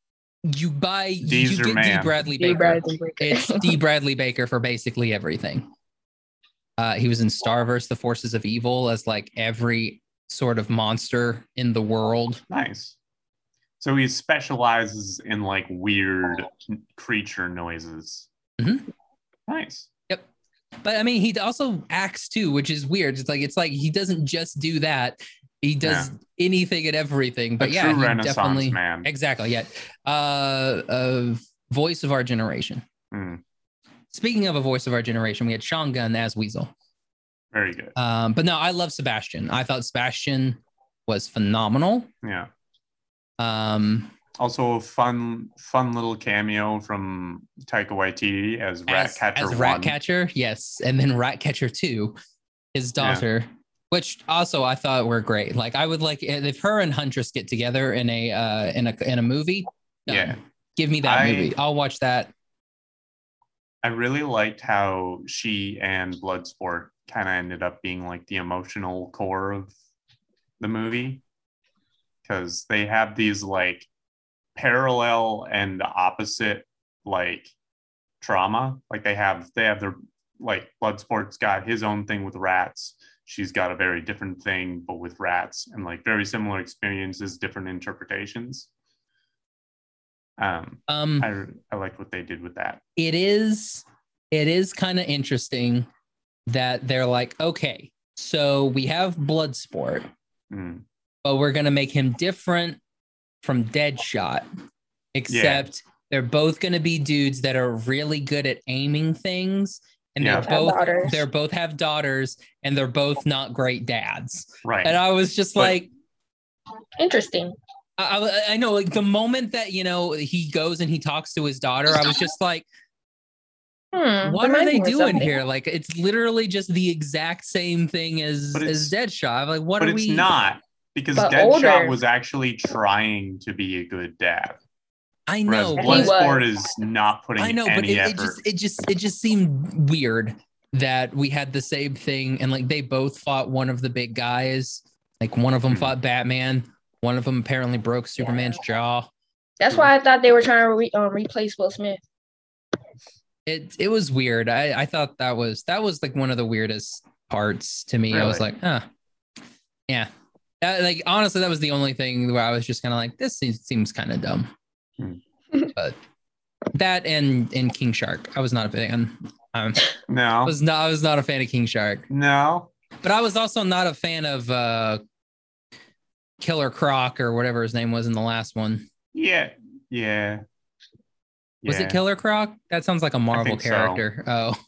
Speaker 1: you buy
Speaker 2: Deezer
Speaker 1: you get D
Speaker 2: Man.
Speaker 1: Bradley
Speaker 3: Dee
Speaker 1: Baker.
Speaker 3: Bradley Baker.
Speaker 1: It's D Bradley Baker for basically everything. Uh, he was in Starverse: The Forces of Evil as like every sort of monster in the world.
Speaker 2: Nice. So he specializes in like weird creature noises.
Speaker 1: Mhm.
Speaker 2: Nice.
Speaker 1: But I mean, he also acts too, which is weird. It's like it's like he doesn't just do that. He does anything and everything. But
Speaker 2: a
Speaker 1: yeah,
Speaker 2: true
Speaker 1: he
Speaker 2: Renaissance
Speaker 1: definitely
Speaker 2: man.
Speaker 1: exactly. Yeah, uh, uh, voice of our generation.
Speaker 2: Mm,
Speaker 1: Speaking of a voice of our generation, we had Sean Gunn as Weasel.
Speaker 2: very good.
Speaker 1: Um, but no, I love Sebastian. I thought Sebastian was phenomenal.
Speaker 2: Yeah.
Speaker 1: Um,
Speaker 2: Also a fun, fun little cameo from Taika Waititi as
Speaker 1: as,
Speaker 2: Ratcatcher.
Speaker 1: as
Speaker 2: 1.
Speaker 1: Ratcatcher, yes, and then Ratcatcher Two, his daughter, which also I thought were great. Like I would like if her and Huntress get together in a uh, in a in a movie. done.
Speaker 2: Yeah.
Speaker 1: give me that
Speaker 2: I-
Speaker 1: movie. I'll watch that.
Speaker 2: I really liked how she and Bloodsport kind of ended up being like the emotional core of the movie because they have these like parallel and opposite like trauma. Like they have they have their like Bloodsport's got his own thing with rats. She's got a very different thing, but with rats and like very similar experiences, different interpretations. Um,
Speaker 1: Um,
Speaker 2: I I liked what they did with that.
Speaker 1: it is it is kind of interesting that they're like, okay, so we have Bloodsport.
Speaker 2: Mm.
Speaker 1: but we're going to make him different from Deadshot, except they're both going to be dudes that are really good at aiming things. And
Speaker 2: Yeah.
Speaker 1: they're
Speaker 3: Have
Speaker 1: both
Speaker 3: daughters.
Speaker 1: they're both have daughters and they're both not great dads.
Speaker 2: Right.
Speaker 1: And I was just
Speaker 2: But-
Speaker 1: like,
Speaker 3: Interesting.
Speaker 1: I, I- I know like the moment that you know he goes and he talks to his daughter, I was just like,
Speaker 3: Hmm.
Speaker 1: what are
Speaker 3: reminds
Speaker 1: they
Speaker 3: me of
Speaker 1: doing
Speaker 3: something.
Speaker 1: here? Like it's literally just the exact same thing as
Speaker 2: But
Speaker 1: as Deadshot. Like what
Speaker 2: but
Speaker 1: are
Speaker 2: it's
Speaker 1: we
Speaker 2: not because
Speaker 3: But
Speaker 2: Deadshot
Speaker 3: older.
Speaker 2: was actually trying to be a good dad,
Speaker 1: I
Speaker 2: whereas
Speaker 1: know
Speaker 3: He
Speaker 1: but-
Speaker 3: was.
Speaker 2: Bloodsport is not putting
Speaker 1: I know,
Speaker 2: any
Speaker 1: but it,
Speaker 2: effort.
Speaker 1: it just it just it just seemed weird that we had the same thing and like they both fought one of the big guys. Like one of them
Speaker 2: Hmm.
Speaker 1: fought Batman, one of them apparently broke Superman's jaw.
Speaker 3: That's
Speaker 2: Hmm.
Speaker 3: why I thought they were trying to re- um, replace Will Smith.
Speaker 1: It it was weird. I I thought that was that was like one of the weirdest parts to me. I was
Speaker 2: Really?
Speaker 1: like, huh. Yeah. That, like honestly, that was the only thing where I was just kind of like, this seems, seems kind of dumb.
Speaker 2: Hmm.
Speaker 1: but that and and King Shark, I was not a fan. Um, I
Speaker 2: no,
Speaker 1: was not I was not a fan of King Shark.
Speaker 2: no.
Speaker 1: But I was also not a fan of uh, Killer Croc or whatever his name was in the last one.
Speaker 2: Yeah, yeah.
Speaker 1: Was
Speaker 2: Yeah.
Speaker 1: it Killer Croc? That sounds like a Marvel
Speaker 2: think so.
Speaker 1: character. Oh. Oops.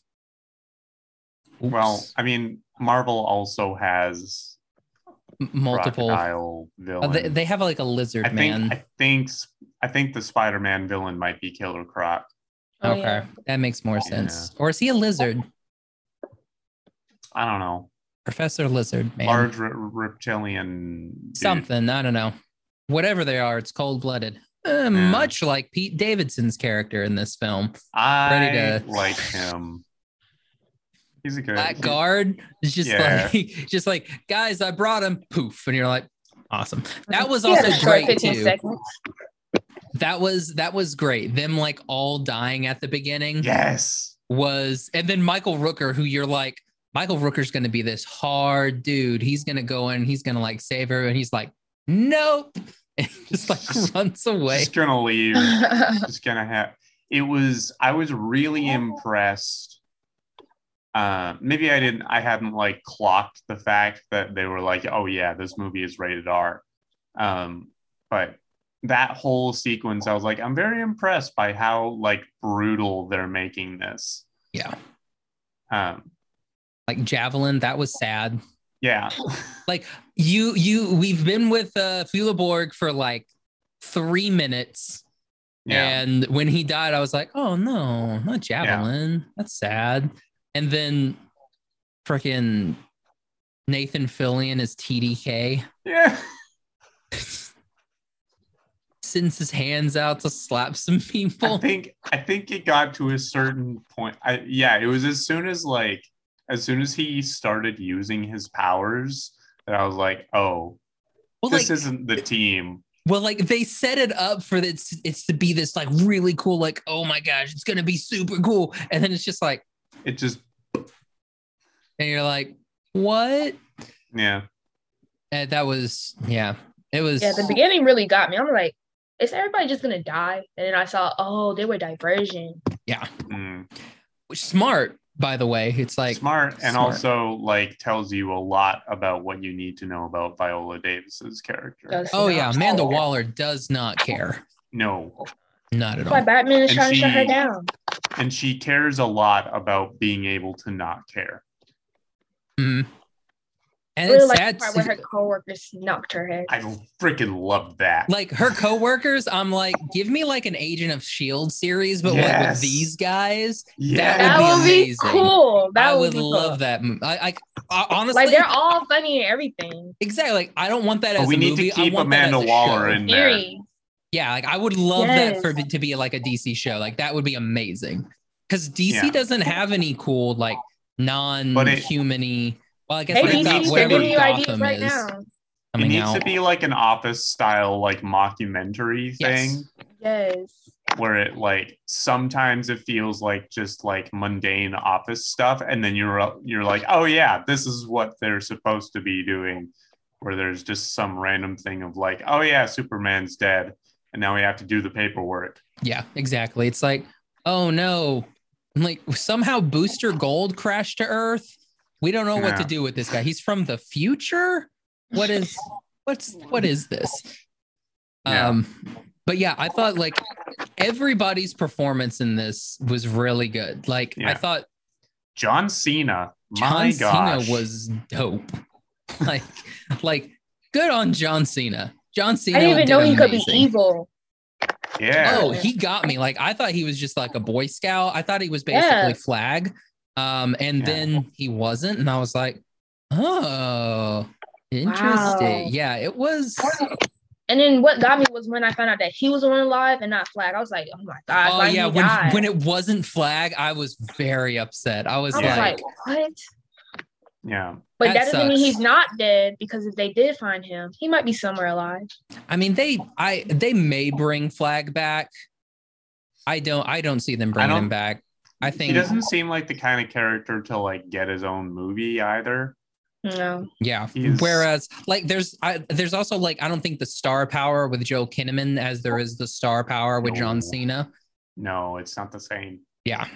Speaker 2: Well, I mean, Marvel also has
Speaker 1: M- multiple.
Speaker 2: crocodile villain.
Speaker 1: Uh, they, they have like a lizard
Speaker 2: I think
Speaker 1: man.
Speaker 2: I think s- I think the Spider-Man villain might be Killer Croc.
Speaker 3: Oh,
Speaker 1: okay,
Speaker 3: yeah.
Speaker 1: that makes more sense. Or is he a lizard?
Speaker 2: I don't know,
Speaker 1: Professor Lizard Man.
Speaker 2: large re- reptilian. dude.
Speaker 1: Something. I don't know. Whatever they are, it's cold blooded. Uh, Much like Pete Davidson's character in this film.
Speaker 2: I
Speaker 1: ready to-
Speaker 2: like him. He's a good.
Speaker 1: Black
Speaker 2: he-
Speaker 1: guard is just
Speaker 2: Yeah.
Speaker 1: like just like guys i brought him poof and you're like Awesome. That was also
Speaker 3: Yeah, short
Speaker 1: great
Speaker 3: 15
Speaker 1: too.
Speaker 3: seconds.
Speaker 1: That was that was great. Them like all dying at the beginning
Speaker 2: Yes.
Speaker 1: was, and then Michael Rooker, who you're like, Michael Rooker's going to be this hard dude. He's going to go in, he's going to like save her, and he's like, nope, and just like runs away.
Speaker 2: Just gonna leave. just gonna have. It was. I was really impressed. Uh, maybe I didn't. I hadn't like clocked the fact that they were like, "Oh yeah, this movie is rated R." Um, but that whole sequence, I was like, I'm very impressed by how like brutal they're making this.
Speaker 1: Yeah,
Speaker 2: Um,
Speaker 1: like javelin. That was sad.
Speaker 2: yeah,
Speaker 1: you you we've been with uh Fula Borg for like three minutes.
Speaker 2: yeah.
Speaker 1: And when he died, I was like, oh no, not Javelin. That's sad. And then freaking Nathan Fillion is TDK,
Speaker 2: Yeah.
Speaker 1: sends his hands out to slap some
Speaker 2: I
Speaker 1: people.
Speaker 2: think I think it got to a certain point. I yeah, it was as soon as like as soon as he started using his powers that I was like, oh,
Speaker 1: Well,
Speaker 2: this
Speaker 1: like,
Speaker 2: isn't the team.
Speaker 1: well, like they set it up for this, it's to be this like really cool, like, oh my gosh, it's gonna be super cool. And then it's just like,
Speaker 2: It just
Speaker 1: and you're like, what?
Speaker 2: yeah.
Speaker 1: And that was, yeah, it was.
Speaker 3: Yeah, the beginning really got me. I'm like, is everybody just gonna die? And then I saw, oh, they were diversion.
Speaker 2: Mm.
Speaker 1: which smart by the way it's like
Speaker 2: smart and
Speaker 1: smart.
Speaker 2: also like tells you a lot about what you need to know about Viola Davis's character.
Speaker 3: That's
Speaker 1: oh
Speaker 3: not-
Speaker 1: yeah amanda waller does not care
Speaker 2: No.
Speaker 1: not at
Speaker 3: That's why
Speaker 1: all
Speaker 3: Batman is
Speaker 2: And
Speaker 3: trying to shut her
Speaker 2: she-
Speaker 3: down.
Speaker 2: And she cares a lot about being able to not care.
Speaker 1: Mhm. and
Speaker 3: Really
Speaker 1: it's
Speaker 3: like
Speaker 1: sad
Speaker 3: the part where her
Speaker 1: to-
Speaker 3: coworkers knocked her head.
Speaker 2: I freaking love that.
Speaker 1: like her co-workers i'm like give me like an agent of shield E series but like with
Speaker 2: Yes.
Speaker 1: these guys
Speaker 2: yeah.
Speaker 1: That
Speaker 3: That
Speaker 1: would be
Speaker 3: would be,
Speaker 1: amazing.
Speaker 3: cool. That
Speaker 1: i
Speaker 3: would,
Speaker 1: would
Speaker 3: be cool.
Speaker 1: love that mo- I, I, I honestly
Speaker 3: Like they're all funny and everything.
Speaker 1: exactly like i don't want that
Speaker 2: But
Speaker 1: as
Speaker 2: we
Speaker 1: a
Speaker 2: need
Speaker 1: movie
Speaker 2: to
Speaker 1: I
Speaker 2: keep
Speaker 1: want that
Speaker 2: Amanda
Speaker 1: as a
Speaker 2: Waller
Speaker 1: show.
Speaker 2: in there.
Speaker 3: Theory.
Speaker 1: yeah like i would love that
Speaker 3: Yes.
Speaker 1: for to be like a dc show like that would be amazing because dc
Speaker 2: Yeah.
Speaker 1: doesn't have any cool like non-humany well i guess
Speaker 3: Hey
Speaker 2: But it
Speaker 1: they've
Speaker 2: needs
Speaker 1: got
Speaker 2: to
Speaker 3: DC, they're
Speaker 1: whatever
Speaker 3: giving you ideas
Speaker 1: gotham
Speaker 3: right
Speaker 1: is
Speaker 3: now.
Speaker 2: it
Speaker 1: coming
Speaker 2: needs
Speaker 1: out
Speaker 2: to be like an office style like mockumentary
Speaker 1: Yes.
Speaker 2: thing
Speaker 3: Yes.
Speaker 2: where it like sometimes it feels like just like mundane office stuff and then you're you're like oh yeah this is what they're supposed to be doing where there's just some random thing of like oh yeah superman's dead and now we have to do the paperwork
Speaker 1: Yeah, exactly. It's like, oh no, like somehow Booster Gold crashed to Earth. We don't know what to
Speaker 2: Yeah.
Speaker 1: do with this guy. He's from the future. What is what's what is this?
Speaker 2: Yeah.
Speaker 1: Um, but yeah, I thought like everybody's performance in this was really good. Like I
Speaker 2: Yeah.
Speaker 1: thought
Speaker 2: john cena my
Speaker 1: John
Speaker 2: gosh
Speaker 1: Cena was dope. like, like good on John Cena. John Cena.
Speaker 3: I didn't even
Speaker 1: did
Speaker 3: know he could be
Speaker 1: amazing.
Speaker 3: evil.
Speaker 2: yeah
Speaker 1: Oh, he got me. Like I thought he was just like a boy scout. I thought he was basically
Speaker 3: Yeah.
Speaker 1: flag. Um, and
Speaker 2: Yeah.
Speaker 1: then he wasn't, and I was like, oh, interesting.
Speaker 3: Wow.
Speaker 1: Yeah, it was.
Speaker 3: And then what got me was when I found out that he was the one alive and not Flag. I was like, oh my god,
Speaker 1: oh
Speaker 3: like
Speaker 1: yeah,
Speaker 3: he
Speaker 1: when
Speaker 3: died.
Speaker 1: when it wasn't flag, I was very upset. I was
Speaker 3: I was
Speaker 2: Yeah.
Speaker 1: like,
Speaker 3: like, what?
Speaker 2: yeah
Speaker 3: But
Speaker 1: That
Speaker 3: that, doesn't mean
Speaker 1: sucks.
Speaker 3: he's not dead because if they did find him, he might be somewhere alive.
Speaker 1: I mean, they, I, they may bring flag back. I don't, I don't see them bringing him
Speaker 2: don't-
Speaker 1: back. I think,
Speaker 2: he doesn't seem like the kind of character to like get his own movie either
Speaker 3: You know?
Speaker 1: yeah.
Speaker 2: he's
Speaker 1: Whereas, like, there's I, there's also like I don't think the star power with Joe Kinnaman as there is the star power with John
Speaker 2: No.
Speaker 1: Cena.
Speaker 2: no it's not the same
Speaker 1: Yeah,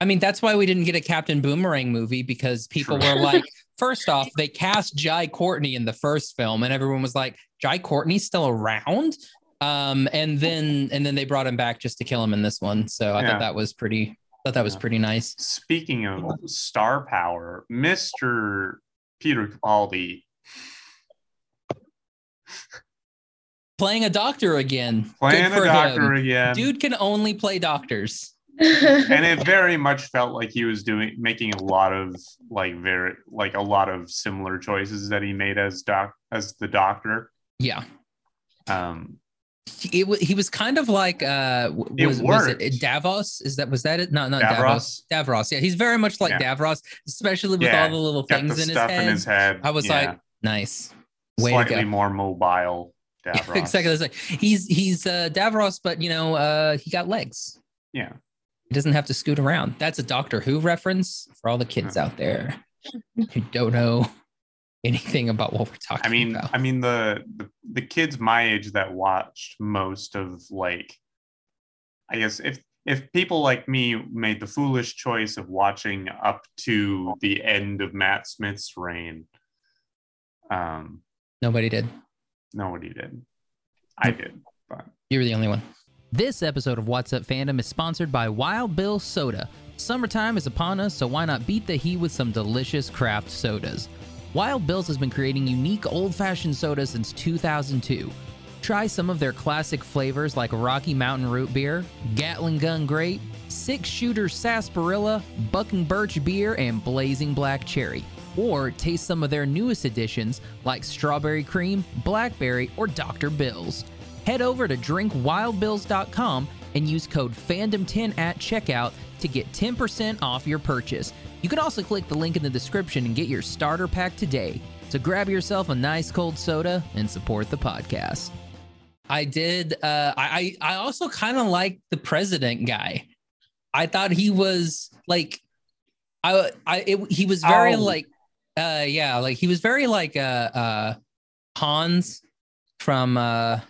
Speaker 1: I mean that's why we didn't get a Captain Boomerang movie because people
Speaker 2: True.
Speaker 1: were like, first off, they cast Jai Courtney in the first film, and everyone was like, Jai Courtney's still around. Um, and then and then they brought him back just to kill him in this one. So I
Speaker 2: Yeah.
Speaker 1: thought that was pretty. Thought that was
Speaker 2: Yeah.
Speaker 1: pretty nice.
Speaker 2: Speaking of star power, Mr. Peter Capaldi
Speaker 1: Playing a doctor again. Good
Speaker 2: playing
Speaker 1: for
Speaker 2: a doctor
Speaker 1: him.
Speaker 2: again.
Speaker 1: Dude can only play doctors.
Speaker 2: And it very much felt like he was doing making a lot of like very like a lot of similar choices that he made as doc as the doctor.
Speaker 1: Yeah.
Speaker 2: Um
Speaker 1: it wa- he was kind of like uh w-
Speaker 2: It
Speaker 1: was, was
Speaker 2: worked.
Speaker 1: it Davos is that was Uh, that it no not Davros
Speaker 2: Davros
Speaker 1: Davros yeah he's very much like Davros especially with
Speaker 2: Yeah,
Speaker 1: all the little
Speaker 2: got the
Speaker 1: things in his
Speaker 2: stuff
Speaker 1: head
Speaker 2: in his head.
Speaker 1: I was
Speaker 2: Yeah.
Speaker 1: like nice Way to
Speaker 2: slightly
Speaker 1: go.
Speaker 2: more mobile Davros.
Speaker 1: exactly. It's like he's he's uh, Davros, but you know uh, he got legs.
Speaker 2: Yeah.
Speaker 1: He doesn't have to scoot around. That's a Doctor Who reference for all the kids
Speaker 2: Hmm.
Speaker 1: out there who don't know anything about what we're talking
Speaker 2: I mean,
Speaker 1: about.
Speaker 2: I mean the, the the kids my age that watched most of like, I guess if if people like me made the foolish choice of watching up to the end of Matt Smith's reign, um,
Speaker 1: Nobody did.
Speaker 2: nobody did. I did.
Speaker 1: You were the only one. This episode of What's Up Fandom is sponsored by Wild Bill Soda. Summertime is upon us, so why not beat the heat with some delicious craft sodas? Wild Bill's has been creating unique old fashioned sodas since 2002. Try some of their classic flavors like Rocky Mountain Root Beer, Gatling Gun Grape, Six Shooter Sarsaparilla, Bucking Birch Beer, and Blazing Black Cherry. Or taste some of their newest additions like Strawberry Cream, Blackberry, or Dr. Bill's head over to drinkwildbills.com and use code fandom10 at checkout to get 10% off your purchase. You can also click the link in the description and get your starter pack today. So grab yourself a nice cold soda and support the podcast. I did. Uh, I I I also kind of like the president guy. I thought he was like, I I it, he was very
Speaker 2: Oh.
Speaker 1: like, uh, yeah, like he was very like uh uh Hans from uh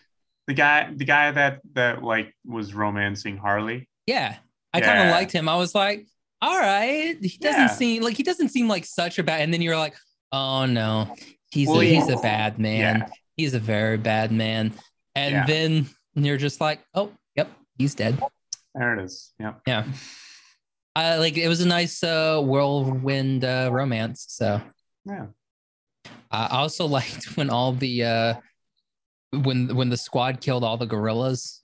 Speaker 2: The guy, the guy that that like was romancing Harley.
Speaker 1: Yeah. I kind of
Speaker 2: Yeah.
Speaker 1: liked him. I was like, all right. He doesn't
Speaker 2: Yeah.
Speaker 1: seem like he doesn't seem like such a bad. And then you're like, oh no, he's
Speaker 2: Well,
Speaker 1: a,
Speaker 2: he-
Speaker 1: he's a bad man.
Speaker 2: Yeah.
Speaker 1: He's a very bad man. And
Speaker 2: Yeah.
Speaker 1: then you're just like, oh, yep, he's dead.
Speaker 2: There it is. Yep.
Speaker 1: Yeah. I like it was a nice uh, whirlwind uh, romance. So
Speaker 2: Yeah.
Speaker 1: I I also liked when all the uh, when when the squad killed all the gorillas.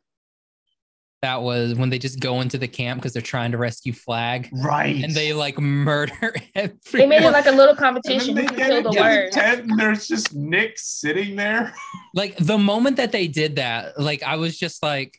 Speaker 1: That was when they just go into the camp because they're trying to rescue Flag.
Speaker 2: Right.
Speaker 1: and they like murder everyone.
Speaker 3: They made it like a little
Speaker 2: And then
Speaker 3: competition.
Speaker 2: they
Speaker 3: Who can
Speaker 2: get
Speaker 3: kill
Speaker 2: into
Speaker 3: the
Speaker 2: the
Speaker 3: words?
Speaker 2: tent, and there's just Nick sitting there.
Speaker 1: Like, the moment that they did that, like I was just like,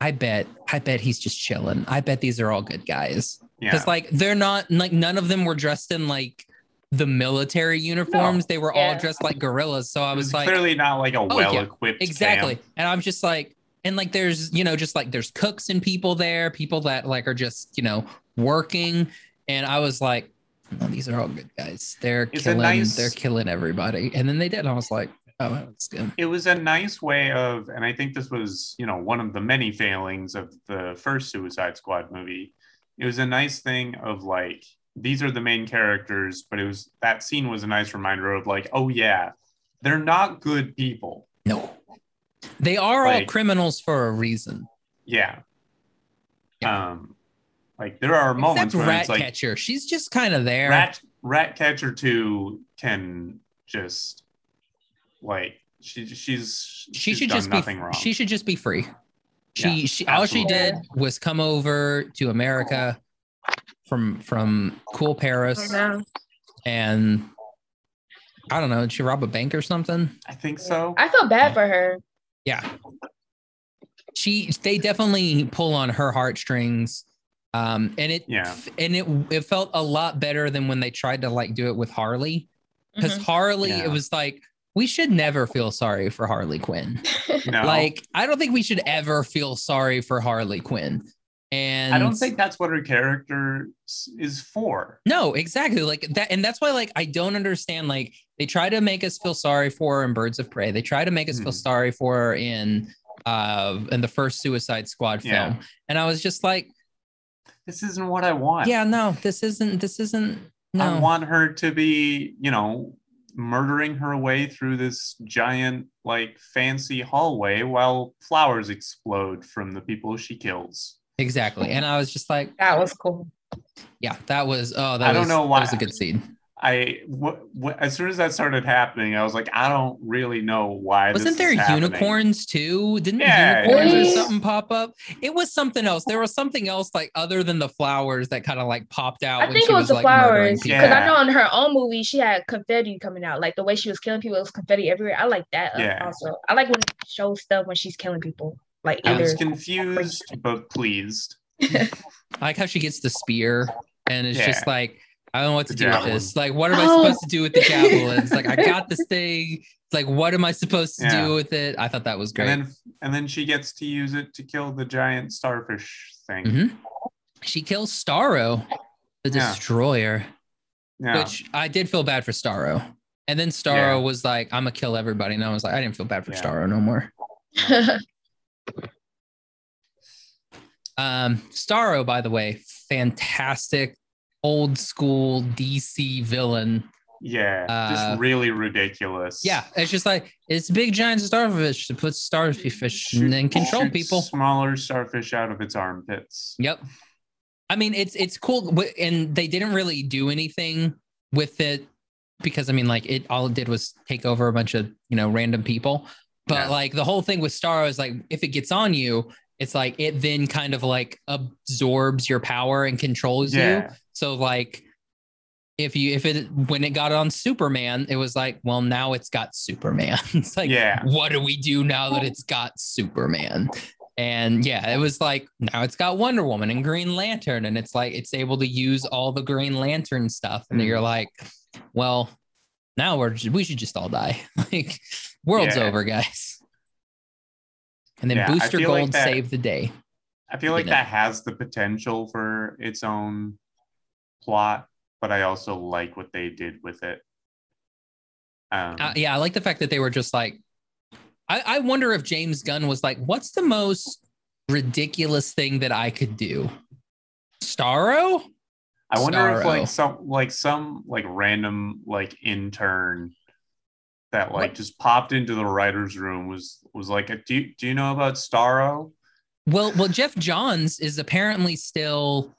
Speaker 1: I bet, I bet he's just chilling. I bet these are all good guys
Speaker 2: Yeah.
Speaker 1: because like they're not like none of them were dressed in like the military uniforms. They were all
Speaker 3: Yeah.
Speaker 1: dressed like gorillas. So I
Speaker 2: It
Speaker 1: was
Speaker 2: was
Speaker 1: like, oh,
Speaker 2: clearly not like a
Speaker 1: yeah,
Speaker 2: well-equipped
Speaker 1: exactly.
Speaker 2: camp.
Speaker 1: And I'm just like, and like there's you know just like there's cooks and people there, people that like are just you know working. And I was like, no, these are all good guys. They're
Speaker 2: It's a
Speaker 1: killing.
Speaker 2: nice-
Speaker 1: They're killing everybody. And then they did. And I was like, oh, that's good.
Speaker 2: It was a nice way of, and I think this was, you know, one of the many failings of the first Suicide Squad movie. It was a nice thing of like these are the main characters, but it was that scene was a nice reminder of like, oh yeah, they're not good people.
Speaker 1: No, they are all
Speaker 2: Like-
Speaker 1: criminals for a reason.
Speaker 2: Yeah. Um, like there are moments
Speaker 1: Except
Speaker 2: where it's like
Speaker 1: Ratcatcher. She's just kind of there.
Speaker 2: Rat Ratcatcher two can just like she she's
Speaker 1: she
Speaker 2: she's
Speaker 1: should
Speaker 2: done
Speaker 1: just be.
Speaker 2: nothing wrong.
Speaker 1: She should just be free. She
Speaker 2: Yeah,
Speaker 1: she all she did
Speaker 3: absolutely.
Speaker 1: was come over to America from from cool Paris.
Speaker 3: I don't know.
Speaker 1: and I don't know, did she rob a bank or something?
Speaker 2: I think so.
Speaker 3: I feel bad for her.
Speaker 1: Yeah. She they definitely pull on her heartstrings. Um and it
Speaker 2: Yeah.
Speaker 1: and it it felt a lot better than when they tried to like do it with Harley. Because
Speaker 3: Mhm.
Speaker 1: Harley,
Speaker 2: Yeah.
Speaker 1: it was like, we should never feel sorry for Harley Quinn.
Speaker 2: no,
Speaker 1: Like, I don't think we should ever feel sorry for Harley Quinn. And
Speaker 2: I don't think that's what her character s- is for.
Speaker 1: No, exactly. Like that, and that's why like I don't understand. Like they try to make us feel sorry for her in Birds of Prey. They try to make us feel
Speaker 2: Mhm.
Speaker 1: sorry for her in uh in the first Suicide Squad film.
Speaker 2: Yeah.
Speaker 1: And I was just like,
Speaker 2: This isn't what I want.
Speaker 1: yeah, no, this isn't this isn't
Speaker 2: I
Speaker 1: no.
Speaker 2: want her to be, you know, murdering her way through this giant, like, fancy hallway while flowers explode from the people she kills.
Speaker 1: exactly. And I was just like,
Speaker 3: That was cool.
Speaker 1: yeah, that was oh that
Speaker 2: I don't
Speaker 1: was-
Speaker 2: know
Speaker 1: that
Speaker 2: why-
Speaker 1: was a good scene.
Speaker 2: I, wh- wh- as soon as that started happening, I was like, I don't really know why. this
Speaker 1: Wasn't there
Speaker 2: is happening.
Speaker 1: unicorns too? Didn't
Speaker 2: Yeah,
Speaker 1: unicorns or
Speaker 3: yeah.
Speaker 1: something pop up? It was something else. There was something else like other than the flowers that kind of like popped out.
Speaker 3: I
Speaker 1: when
Speaker 3: think
Speaker 1: she
Speaker 3: it was, the
Speaker 1: like, murdering
Speaker 3: flowers
Speaker 1: people.
Speaker 3: because I know in her own movie she had confetti coming out. Like the way she was killing people, it was confetti everywhere. I like that. uh,
Speaker 2: Yeah.
Speaker 3: Also, I like when it shows stuff when she's killing people. Like
Speaker 2: I
Speaker 3: either
Speaker 2: was confused but pleased.
Speaker 1: I like how she gets the spear and it's
Speaker 2: Yeah.
Speaker 1: just like I don't know what to
Speaker 2: The
Speaker 1: do
Speaker 2: javelin.
Speaker 1: with this. Like, what am I
Speaker 3: Oh.
Speaker 1: supposed to do with the javelin? It's like I got this thing. It's like, what am I supposed to
Speaker 2: Yeah.
Speaker 1: do with it? I thought that was great.
Speaker 2: And then and then she gets to use it to kill the giant starfish thing.
Speaker 1: Mhm. She kills Starro, the
Speaker 2: Yeah.
Speaker 1: destroyer,
Speaker 2: Yeah.
Speaker 1: Mm-hmm. which I did feel bad for Starro. And then Starro
Speaker 2: Yeah.
Speaker 1: was like, I'm gonna kill everybody. And I was like, I didn't feel bad for
Speaker 2: Yeah.
Speaker 1: Starro no more. Um, Starro, by the way, fantastic old school DC villain.
Speaker 2: yeah.
Speaker 1: uh,
Speaker 2: just really ridiculous.
Speaker 1: Yeah, it's just like it's big giant starfish to put starfish and then control
Speaker 2: shoots
Speaker 1: people.
Speaker 2: Smaller starfish out of its armpits.
Speaker 1: Yep. I mean, it's it's cool, but- and they didn't really do anything with it because I mean, like it all it did was take over a bunch of you know random people. But
Speaker 2: Yeah.
Speaker 1: like the whole thing with Starro is like if it gets on you, it's like it then kind of like absorbs your power and controls you.
Speaker 2: Yeah.
Speaker 1: So like if you if it when it got on Superman, it was like, well, now it's got Superman. it's like,
Speaker 2: Yeah.
Speaker 1: what do we do now that it's got Superman? And yeah, it was like now it's got Wonder Woman and Green Lantern, and it's like it's able to use all the Green Lantern stuff. And
Speaker 2: Mhm.
Speaker 1: you're like, well, now we're ju- we should just all die. like, world's
Speaker 2: Yeah.
Speaker 1: over, guys. And then
Speaker 2: Yeah, I
Speaker 1: Booster
Speaker 2: feel like
Speaker 1: Gold
Speaker 2: that-
Speaker 1: saved the day.
Speaker 2: I feel like
Speaker 1: Yeah.
Speaker 2: that has the potential for its own plot, but I also like what they did with it. Um,
Speaker 1: Uh, yeah, I like the fact that they were just like, I, I wonder if James Gunn was like, what's the most ridiculous thing that I could do? Starro?
Speaker 2: I wonder
Speaker 1: Starro.
Speaker 2: if like some like some like random like intern that like just popped into the writers room was was like do you, do you know about Starro?
Speaker 1: Well, well, Jeff Johns is apparently still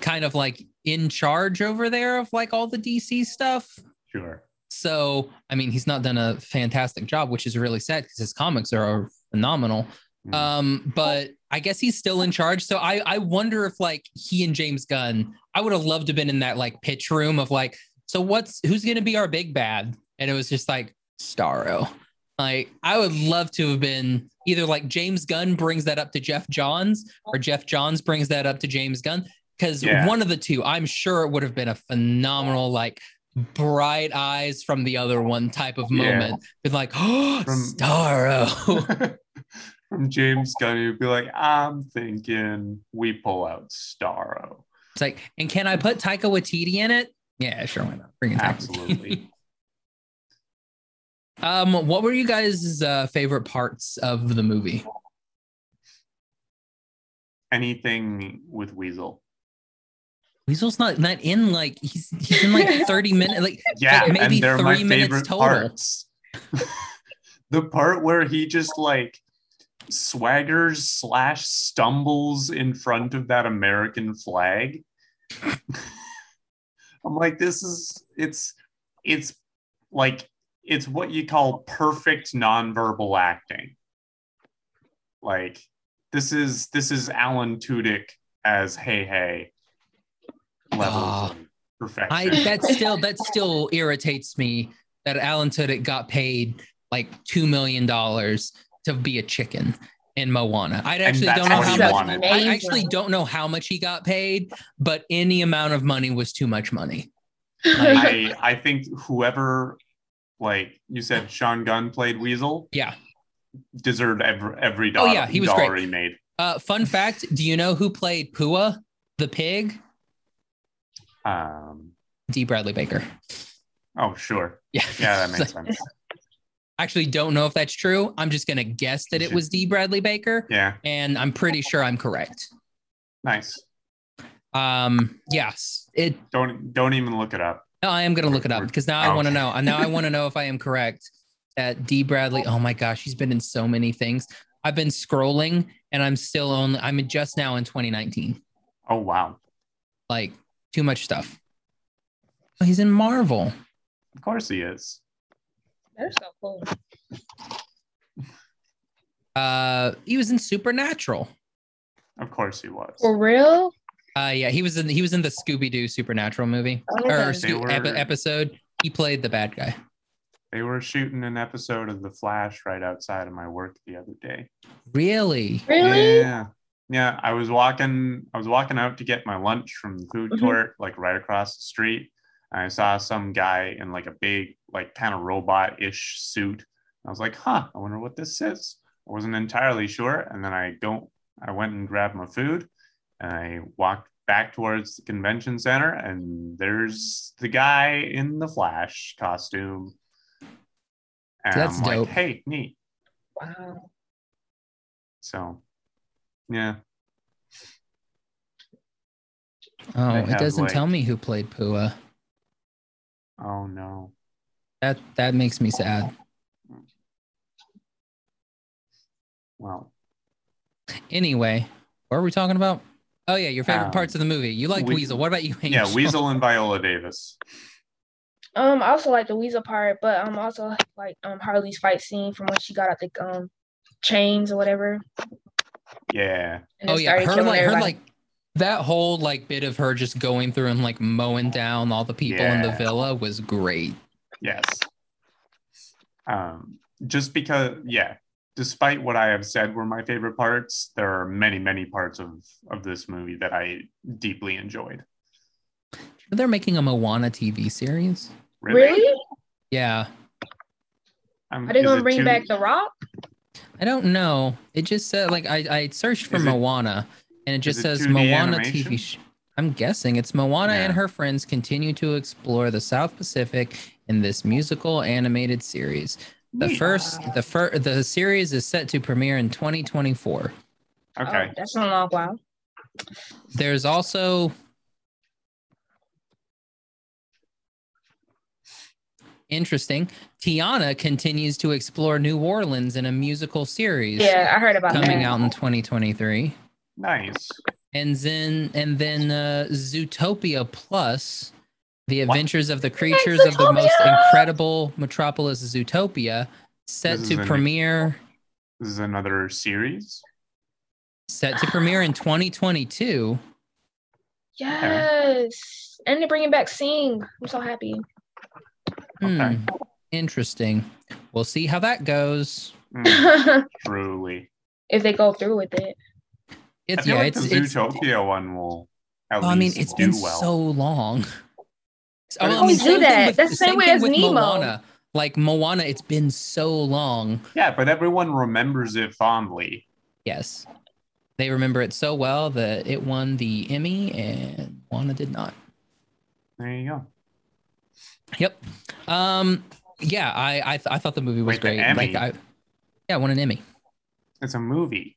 Speaker 1: kind of like in charge over there of like all the DC stuff.
Speaker 2: Sure.
Speaker 1: So, I mean, he's not done a fantastic job, which is really sad because his comics are phenomenal.
Speaker 2: Mm.
Speaker 1: Um, but I guess he's still in charge. So I, I wonder if like he and James Gunn, I would have loved to have been in that like pitch room of like, so what's who's gonna be our big bad? And it was just like Starro. Like I would love to have been either like James Gunn brings that up to Jeff Johns or Jeff Johns brings that up to James Gunn. Cause
Speaker 2: Yeah.
Speaker 1: one of the two, I'm sure it would have been a phenomenal like bright eyes from the other one type of
Speaker 2: Yeah.
Speaker 1: moment. Been like, oh
Speaker 2: From-
Speaker 1: Starro.
Speaker 2: From James Gunn, he'd be like, I'm thinking we pull out Starro.
Speaker 1: It's like, and can I put Taika Waititi in it? Yeah, sure. Why not? Bring in Taika
Speaker 2: Absolutely.
Speaker 1: Waititi. um, what were you guys' uh, favorite parts of the movie?
Speaker 2: Anything with Weasel.
Speaker 1: Weasel's not not in like he's he's in like thirty minutes. Like
Speaker 2: Yeah,
Speaker 1: Like, maybe
Speaker 2: and they're my
Speaker 1: three minutes
Speaker 2: favorite
Speaker 1: total.
Speaker 2: parts. the part where he just like swaggers slash stumbles in front of that American flag. I'm like, this is it's it's like it's what you call perfect nonverbal acting. Like this is this is Alan Tudyk as Hey Hey levels
Speaker 1: Ah.
Speaker 2: of perfection.
Speaker 1: I that still that still irritates me that Alan Tudyk got paid like two million dollars to be a chicken in Moana. I actually
Speaker 2: that's
Speaker 1: don't know
Speaker 2: what
Speaker 1: how
Speaker 2: he
Speaker 1: much.
Speaker 2: wanted.
Speaker 1: I
Speaker 3: Amazing.
Speaker 1: actually don't know how much he got paid, but any amount of money was too much money. Like,
Speaker 2: I I think whoever, like you said, Sean Gunn played Weasel.
Speaker 1: Yeah.
Speaker 2: deserved every every
Speaker 1: Oh,
Speaker 2: dollar.
Speaker 1: yeah, he was
Speaker 2: dollar
Speaker 1: great.
Speaker 2: he made.
Speaker 1: Uh, fun fact: Do you know who played Pua, the pig?
Speaker 2: Um,
Speaker 1: D. Bradley Baker.
Speaker 2: oh sure,
Speaker 1: Yeah,
Speaker 2: yeah, that makes sense.
Speaker 1: Actually, don't know if that's true. I'm just gonna guess that
Speaker 2: You
Speaker 1: it
Speaker 2: should-
Speaker 1: was D. Bradley Baker,
Speaker 2: Yeah,
Speaker 1: and I'm pretty sure I'm correct.
Speaker 2: nice.
Speaker 1: Um, yes, it.
Speaker 2: Don't don't even look it up.
Speaker 1: No, I am gonna look it up because now I want to know. Now I want to know if I am correct that D. Bradley. Oh my gosh, he's been in so many things. I've been scrolling, and I'm still only. I'm just now in 2019.
Speaker 2: Oh wow,
Speaker 1: Like too much stuff. Oh, he's in Marvel.
Speaker 2: of course he is.
Speaker 3: That's so cool.
Speaker 1: Uh, he was in Supernatural.
Speaker 2: Of course he was.
Speaker 3: For real?
Speaker 1: Uh, yeah, he was in he was in the Scooby Doo Supernatural movie
Speaker 3: Okay.
Speaker 1: or Scoo-
Speaker 2: were-
Speaker 1: epi- episode. He played the bad guy.
Speaker 2: They were shooting an episode of The Flash right outside of my work the other day.
Speaker 1: Really?
Speaker 3: Really?
Speaker 2: Yeah. Yeah, I was walking. I was walking out to get my lunch from the food
Speaker 3: Mhm.
Speaker 1: Mm-hmm.
Speaker 2: court, like right across the street. And I saw some guy in like a big, like kind of robot-ish suit. I was like, "Huh, I wonder what this is." I wasn't entirely sure. And then I don't. I went and grabbed my food, and I walked back towards the convention center. And there's the guy in the Flash costume. And
Speaker 1: That's
Speaker 2: I'm
Speaker 1: dope.
Speaker 2: like, "Hey, neat."
Speaker 3: Wow.
Speaker 2: So, yeah.
Speaker 1: Oh,
Speaker 2: They
Speaker 1: it
Speaker 2: have,
Speaker 1: doesn't
Speaker 2: like-
Speaker 1: tell me who played Pua.
Speaker 2: Oh no.
Speaker 1: That that makes me sad.
Speaker 2: Well,
Speaker 1: Anyway, what are we talking about? Oh yeah, your favorite
Speaker 2: Um,
Speaker 1: parts of the movie. You liked
Speaker 2: Wee-
Speaker 1: Weasel. What about you?
Speaker 2: yeah,
Speaker 1: Angel?
Speaker 2: Weasel and Viola Davis.
Speaker 3: Um, I also like the Weasel part, but um, also like um Harley's fight scene from when she got out the um chains or whatever.
Speaker 2: Yeah,
Speaker 3: And
Speaker 1: Oh
Speaker 3: then
Speaker 1: yeah,
Speaker 3: started
Speaker 1: her
Speaker 3: killing
Speaker 1: like her
Speaker 3: everybody.
Speaker 1: like that whole like bit of her just going through and like mowing down all the people in the
Speaker 2: Yeah.
Speaker 1: villa was great.
Speaker 2: yes. Um, just because, yeah, despite what I have said were my favorite parts, there are many, many parts of of this movie that I deeply enjoyed.
Speaker 1: They're making a Moana TV series.
Speaker 3: really?
Speaker 1: Yeah,
Speaker 2: Um,
Speaker 3: Are they
Speaker 2: is
Speaker 3: gonna
Speaker 2: it
Speaker 3: bring
Speaker 2: too-
Speaker 3: back the Rock?
Speaker 1: I don't know. It just said like I I searched for
Speaker 2: Is it-
Speaker 1: Moana and it just
Speaker 2: it
Speaker 1: says
Speaker 2: 2D
Speaker 1: Moana
Speaker 2: animation?
Speaker 1: TV. Sh- I'm guessing it's Moana and
Speaker 2: Yeah.
Speaker 1: her friends continue to explore the South Pacific in this musical animated series. The
Speaker 2: Neat.
Speaker 1: first the first the series is set to premiere in 2024.
Speaker 2: Okay.
Speaker 3: Oh, that's not a long while.
Speaker 1: There's also interesting. Tiana continues to explore New Orleans in a musical series
Speaker 3: Yeah, I heard about
Speaker 1: coming
Speaker 3: that.
Speaker 1: out in 2023.
Speaker 2: Nice.
Speaker 1: And then and then uh, Zootopia Plus, The Adventures of the Creatures of the Most
Speaker 3: Zootopia!
Speaker 1: Incredible Metropolis Zootopia, set
Speaker 2: This is
Speaker 1: to
Speaker 2: a new-
Speaker 1: premiere
Speaker 2: This is another series.
Speaker 1: set to premiere in 2022.
Speaker 3: Yes, and they're bringing back Sing. I'm so happy.
Speaker 2: Okay.
Speaker 1: Hmm, interesting. We'll see how that goes.
Speaker 2: Mm,
Speaker 3: if
Speaker 2: truly.
Speaker 3: they go through with it,
Speaker 2: I
Speaker 1: It's
Speaker 2: feel
Speaker 1: yeah,
Speaker 2: like
Speaker 1: it's,
Speaker 2: the
Speaker 1: it's
Speaker 2: Zootopia one will at
Speaker 1: well, I mean,
Speaker 2: least
Speaker 1: it's
Speaker 2: do
Speaker 1: been
Speaker 2: well.
Speaker 1: so long. Oh,
Speaker 2: But
Speaker 1: I
Speaker 2: it's-
Speaker 1: mean,
Speaker 2: We
Speaker 1: same
Speaker 3: do
Speaker 1: thing
Speaker 3: that. That's the same way
Speaker 1: thing
Speaker 3: as
Speaker 1: with
Speaker 3: Nemo.
Speaker 1: Moana. Like Moana, it's been so long.
Speaker 2: yeah, but everyone remembers it fondly.
Speaker 1: Yes, they remember it so well that it won the Emmy, and Moana did not.
Speaker 2: There you go.
Speaker 1: Yep. Um. Yeah, I I, th- I thought the movie was
Speaker 2: Wait, the
Speaker 1: great.
Speaker 2: Emmy?
Speaker 1: Like I, yeah, it won an Emmy.
Speaker 2: It's a movie.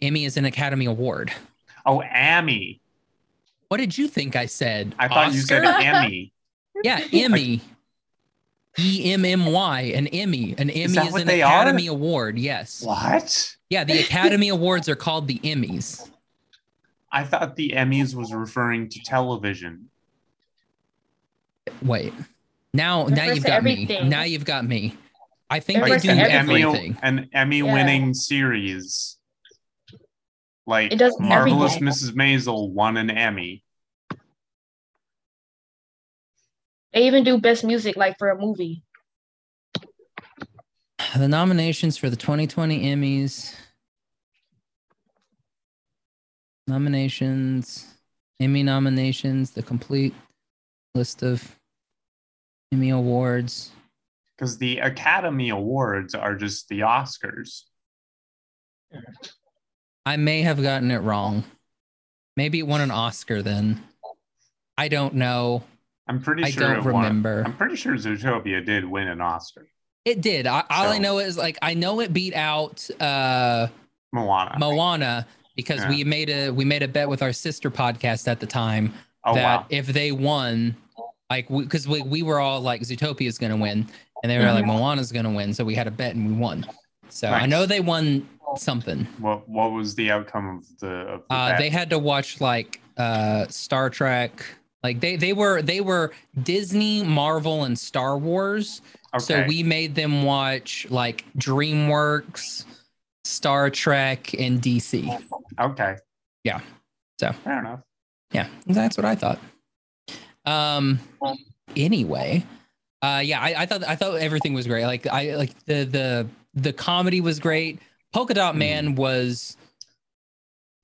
Speaker 1: Emmy is an Academy Award.
Speaker 2: Oh, Amy.
Speaker 1: What did you think I said?
Speaker 2: I thought you said
Speaker 1: Oscar?
Speaker 2: Emmy.
Speaker 1: Yeah, Emmy. E M M Y, an Emmy. An Emmy is,
Speaker 2: that what
Speaker 1: an
Speaker 2: they are?
Speaker 1: Academy Award. Yes.
Speaker 2: What?
Speaker 1: Yeah, the Academy Awards are called the Emmys.
Speaker 2: I thought the Emmys was referring to television.
Speaker 1: Wait. Now
Speaker 3: They're
Speaker 1: now
Speaker 3: first
Speaker 1: you've
Speaker 3: to
Speaker 1: got me.
Speaker 3: everything.
Speaker 1: Now you've got me. I think
Speaker 3: They're
Speaker 1: they
Speaker 3: first
Speaker 1: do
Speaker 3: to
Speaker 2: an
Speaker 3: everything.
Speaker 1: everything.
Speaker 2: an Emmy winning series. Like
Speaker 3: It does
Speaker 2: Marvelous
Speaker 3: everything.
Speaker 2: Mrs. Maisel won an Emmy.
Speaker 3: they even do best music like for a movie.
Speaker 1: The nominations for the 2020 Emmys. Nominations. Emmy nominations, the complete list of Emmy awards.
Speaker 2: Because the Academy Awards are just the Oscars.
Speaker 1: I may have gotten it wrong. Maybe it won an Oscar then. I don't know.
Speaker 2: I'm pretty
Speaker 1: I
Speaker 2: sure
Speaker 1: don't
Speaker 2: it won.
Speaker 1: remember.
Speaker 2: I'm pretty sure Zootopia did win an Oscar.
Speaker 1: It did. I, all I
Speaker 2: So-
Speaker 1: know is like I know it beat out uh,
Speaker 2: Moana.
Speaker 1: Moana because
Speaker 2: Yeah.
Speaker 1: we made a we made a bet with our sister podcast at the time
Speaker 2: oh
Speaker 1: that
Speaker 2: wow.
Speaker 1: if they won, like because we, we were all like Zootopia is gonna win, and they were
Speaker 3: Mhm.
Speaker 1: like Moana's gonna win, so we had a bet and we won. So I
Speaker 2: Nice.
Speaker 1: know they won something.
Speaker 2: What what was the outcome of the, of the
Speaker 1: Uh,
Speaker 2: bet?
Speaker 1: they had to watch like uh, Star Trek. Like they they were they were Disney, Marvel, and Star Wars. So
Speaker 2: Okay.
Speaker 1: we made them watch like DreamWorks, Star Trek, and DC.
Speaker 2: Okay.
Speaker 1: Yeah. So.
Speaker 2: fair enough.
Speaker 1: Yeah, that's what I thought. Um. Anyway, uh, yeah, I, I thought I thought everything was great. Like I like the the the comedy was great. Polka Dot Man was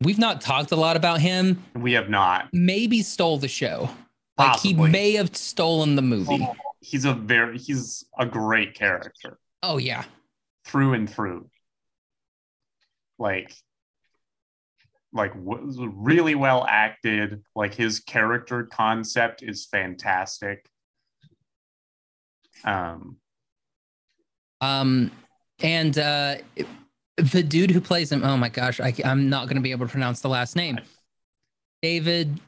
Speaker 1: We've not talked a lot about him.
Speaker 2: We have not.
Speaker 1: Maybe stole the show. Like
Speaker 2: Possibly.
Speaker 1: he may have stolen the movie. Oh,
Speaker 2: He's a very he's a great character
Speaker 1: Oh, yeah.
Speaker 2: through and through. Like like w- really well acted. Like his character concept is fantastic. Um
Speaker 1: Um, and uh, the dude who plays him. Oh my gosh, I, am not going to be able to pronounce the last name. David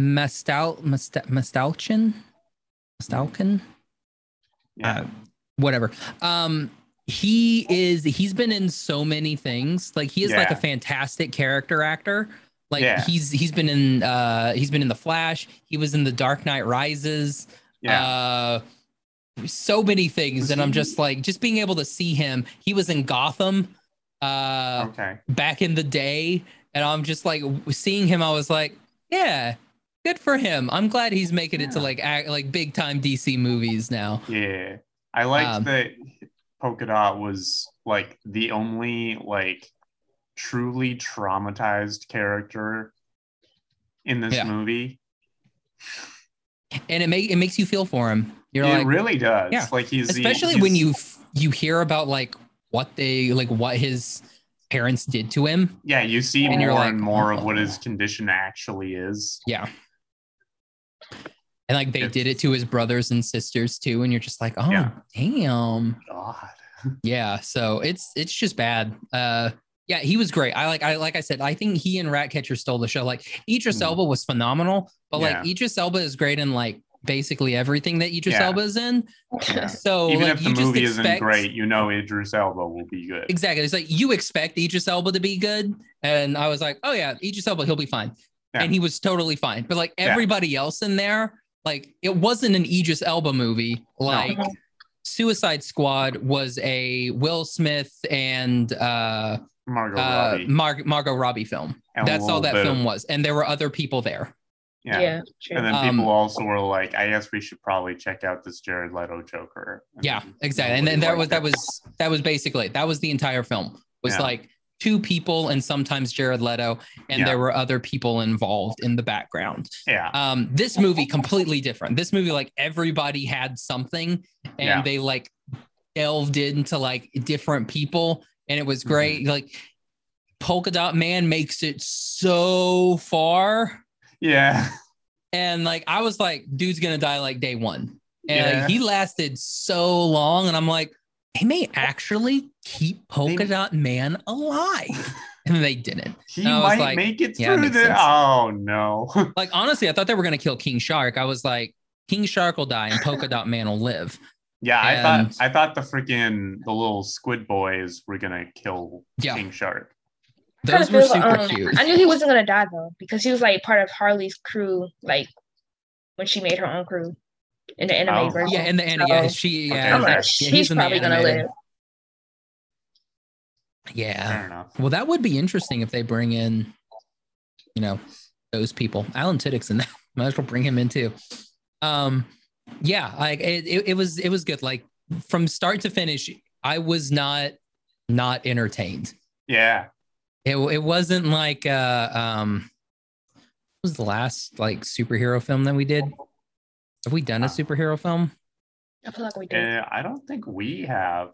Speaker 1: Mastal Masta- Mastalchin, Mastalkin,
Speaker 2: yeah.
Speaker 1: Uh, whatever. Um, he is. He's been in so many things. Like he is like a
Speaker 2: Yeah.
Speaker 1: fantastic character actor. Like
Speaker 2: Yeah.
Speaker 1: he's he's been in uh he's been in The Flash. He was in The Dark Knight Rises
Speaker 2: yeah.
Speaker 1: uh so many things
Speaker 2: Was
Speaker 1: and i'm
Speaker 2: he-
Speaker 1: just like just being able to see him he was in gotham uh
Speaker 2: okay.
Speaker 1: back in the day and i'm just like w- seeing him i was like yeah good for him i'm glad he's making it to
Speaker 2: Yeah.
Speaker 1: like act, like big time dc movies now
Speaker 2: Yeah. I liked
Speaker 1: Um,
Speaker 2: that Polka Dot was like the only like truly traumatized character in this
Speaker 1: Yeah.
Speaker 2: movie.
Speaker 1: and it make it makes you feel for him you're
Speaker 2: it
Speaker 1: like
Speaker 2: really does.
Speaker 1: yeah.
Speaker 2: Like he's the-
Speaker 1: especially when
Speaker 2: he's-
Speaker 1: you f- you hear about like what they like what his parents did to him
Speaker 2: yeah, you see
Speaker 1: and you're
Speaker 2: more
Speaker 1: like,
Speaker 2: and more of what
Speaker 1: "Oh."
Speaker 2: his condition actually is.
Speaker 1: and like they
Speaker 2: It's-
Speaker 1: did it to his brothers and sisters too and you're just like oh
Speaker 2: Yeah.
Speaker 1: damn
Speaker 2: God.
Speaker 1: yeah so it's it's just bad uh yeah he was great i like i like i said i think he and ratcatcher stole the show like idris
Speaker 2: Hmm.
Speaker 1: elba was phenomenal but like
Speaker 2: Yeah.
Speaker 1: idris elba is great in like basically everything that idris
Speaker 2: Yeah.
Speaker 1: elba is in
Speaker 2: Yeah.
Speaker 1: so
Speaker 2: Even
Speaker 1: Oh, like
Speaker 2: if
Speaker 1: you
Speaker 2: the movie
Speaker 1: just expect
Speaker 2: isn't great, you know Idris Elba will be good.
Speaker 1: exactly it's like you expect idris elba to be good and i was like oh yeah idris elba he'll be fine
Speaker 2: Yeah.
Speaker 1: and he was totally fine but like
Speaker 2: Yeah.
Speaker 1: everybody else in there like it wasn't an idris elba movie like Suicide Squad was a Will Smith and uh,
Speaker 2: Margot
Speaker 1: uh,
Speaker 2: Robbie.
Speaker 1: Mar- Margot Robbie film.
Speaker 2: and a
Speaker 1: That's all
Speaker 2: little
Speaker 1: that
Speaker 2: bit of-
Speaker 1: film was, and there were other people there.
Speaker 3: Yeah.
Speaker 2: yeah.
Speaker 3: true.
Speaker 2: And then
Speaker 1: Um,
Speaker 2: people also were like, I guess we should probably check out this Jared Leto Joker. And
Speaker 1: Yeah,
Speaker 2: then
Speaker 1: exactly. And then
Speaker 2: nobody
Speaker 1: that was that
Speaker 2: liked it.
Speaker 1: was that was basically it. that was the entire film was
Speaker 2: Yeah.
Speaker 1: like two people and sometimes Jared Leto, and
Speaker 2: Yeah.
Speaker 1: there were other people involved in the background.
Speaker 2: Yeah.
Speaker 1: Um, this movie completely different. This movie like everybody had something, and
Speaker 2: Yeah.
Speaker 1: they like delved into like different people, and it
Speaker 2: Mm-hmm.
Speaker 1: was great. Like Polka Dot Man makes it so far,
Speaker 2: Yeah.
Speaker 1: and like I was like, dude's gonna die like day one, and
Speaker 2: Yeah.
Speaker 1: like, he lasted so long, and I'm like, they may actually keep Polka
Speaker 2: They-
Speaker 1: Dot Man alive, and they didn't.
Speaker 2: He
Speaker 1: I was
Speaker 2: might
Speaker 1: like,
Speaker 2: make it
Speaker 1: yeah, that
Speaker 2: through
Speaker 1: makes
Speaker 2: the.
Speaker 1: sense.
Speaker 2: Oh, no.
Speaker 1: Like honestly, I thought they were gonna kill King Shark. I was like, King Shark will die and Polka Dot Man will live.
Speaker 2: yeah. I
Speaker 1: And-
Speaker 2: thought I thought the freaking the little squid boys were going to kill
Speaker 1: Yeah.
Speaker 2: King Shark.
Speaker 1: Those
Speaker 3: Kinda
Speaker 1: were
Speaker 3: feel,
Speaker 1: super
Speaker 3: um,
Speaker 1: cute.
Speaker 3: I knew he wasn't gonna die though, because he was like part of Harley's crew, like when she made her own crew in the anime
Speaker 2: Oh.
Speaker 3: version.
Speaker 1: Yeah, in the anime,
Speaker 3: So,
Speaker 1: yeah, she yeah,
Speaker 3: I'm
Speaker 2: Okay.
Speaker 3: like,
Speaker 1: yeah,
Speaker 3: he's,
Speaker 1: in the
Speaker 3: probably gonna
Speaker 1: animated.
Speaker 3: live.
Speaker 1: Yeah.
Speaker 2: Fair enough.
Speaker 1: Well, that would be interesting if they bring in, you know, those people. Alan Tiddick's in that. Might as well bring him in too. Um, yeah, like it, it, it was it was good. Like from start to finish, I was not not entertained.
Speaker 2: Yeah.
Speaker 1: It it wasn't like uh um what was the last like superhero film that we did? Have we done a
Speaker 2: Uh,
Speaker 1: superhero film?
Speaker 3: I feel like we did.
Speaker 2: And I don't think we have.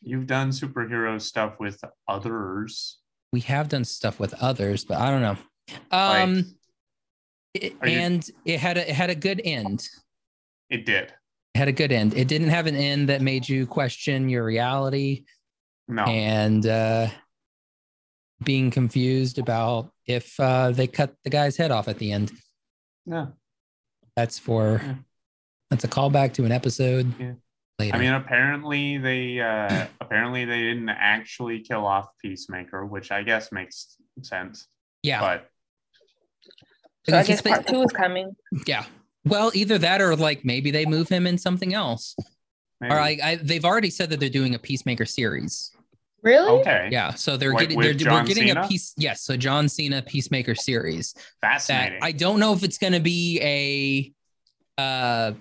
Speaker 2: You've done superhero stuff with others.
Speaker 1: We have done stuff with others, but I don't know. Um
Speaker 2: like,
Speaker 1: it,
Speaker 2: Are you-
Speaker 1: and it had a it had a good end.
Speaker 2: it did.
Speaker 1: It had a good end. It didn't have an end that made you question your reality
Speaker 2: No.
Speaker 1: and uh, being confused about if uh, they cut the guy's head off at the end.
Speaker 2: no.
Speaker 1: That's for
Speaker 2: Yeah.
Speaker 1: that's a callback to an episode
Speaker 2: Yeah.
Speaker 1: later.
Speaker 2: I mean, apparently they uh, apparently they didn't actually kill off Peacemaker, which I guess makes sense.
Speaker 1: yeah,
Speaker 2: But
Speaker 3: So I
Speaker 1: because
Speaker 3: guess
Speaker 1: they-
Speaker 3: part two is coming.
Speaker 1: yeah. Well, either that or like maybe they move him in something else.
Speaker 2: maybe.
Speaker 1: Or like I, they've already said that they're doing a Peacemaker series.
Speaker 3: Really?
Speaker 2: okay,
Speaker 1: Yeah, so they're
Speaker 2: Like
Speaker 1: getting
Speaker 2: with
Speaker 1: they're
Speaker 2: John
Speaker 1: we're getting a
Speaker 2: Cena?
Speaker 1: piece. Yes, so John Cena Peacemaker series. that
Speaker 2: fascinating.
Speaker 1: I don't know if it's going to be a uh,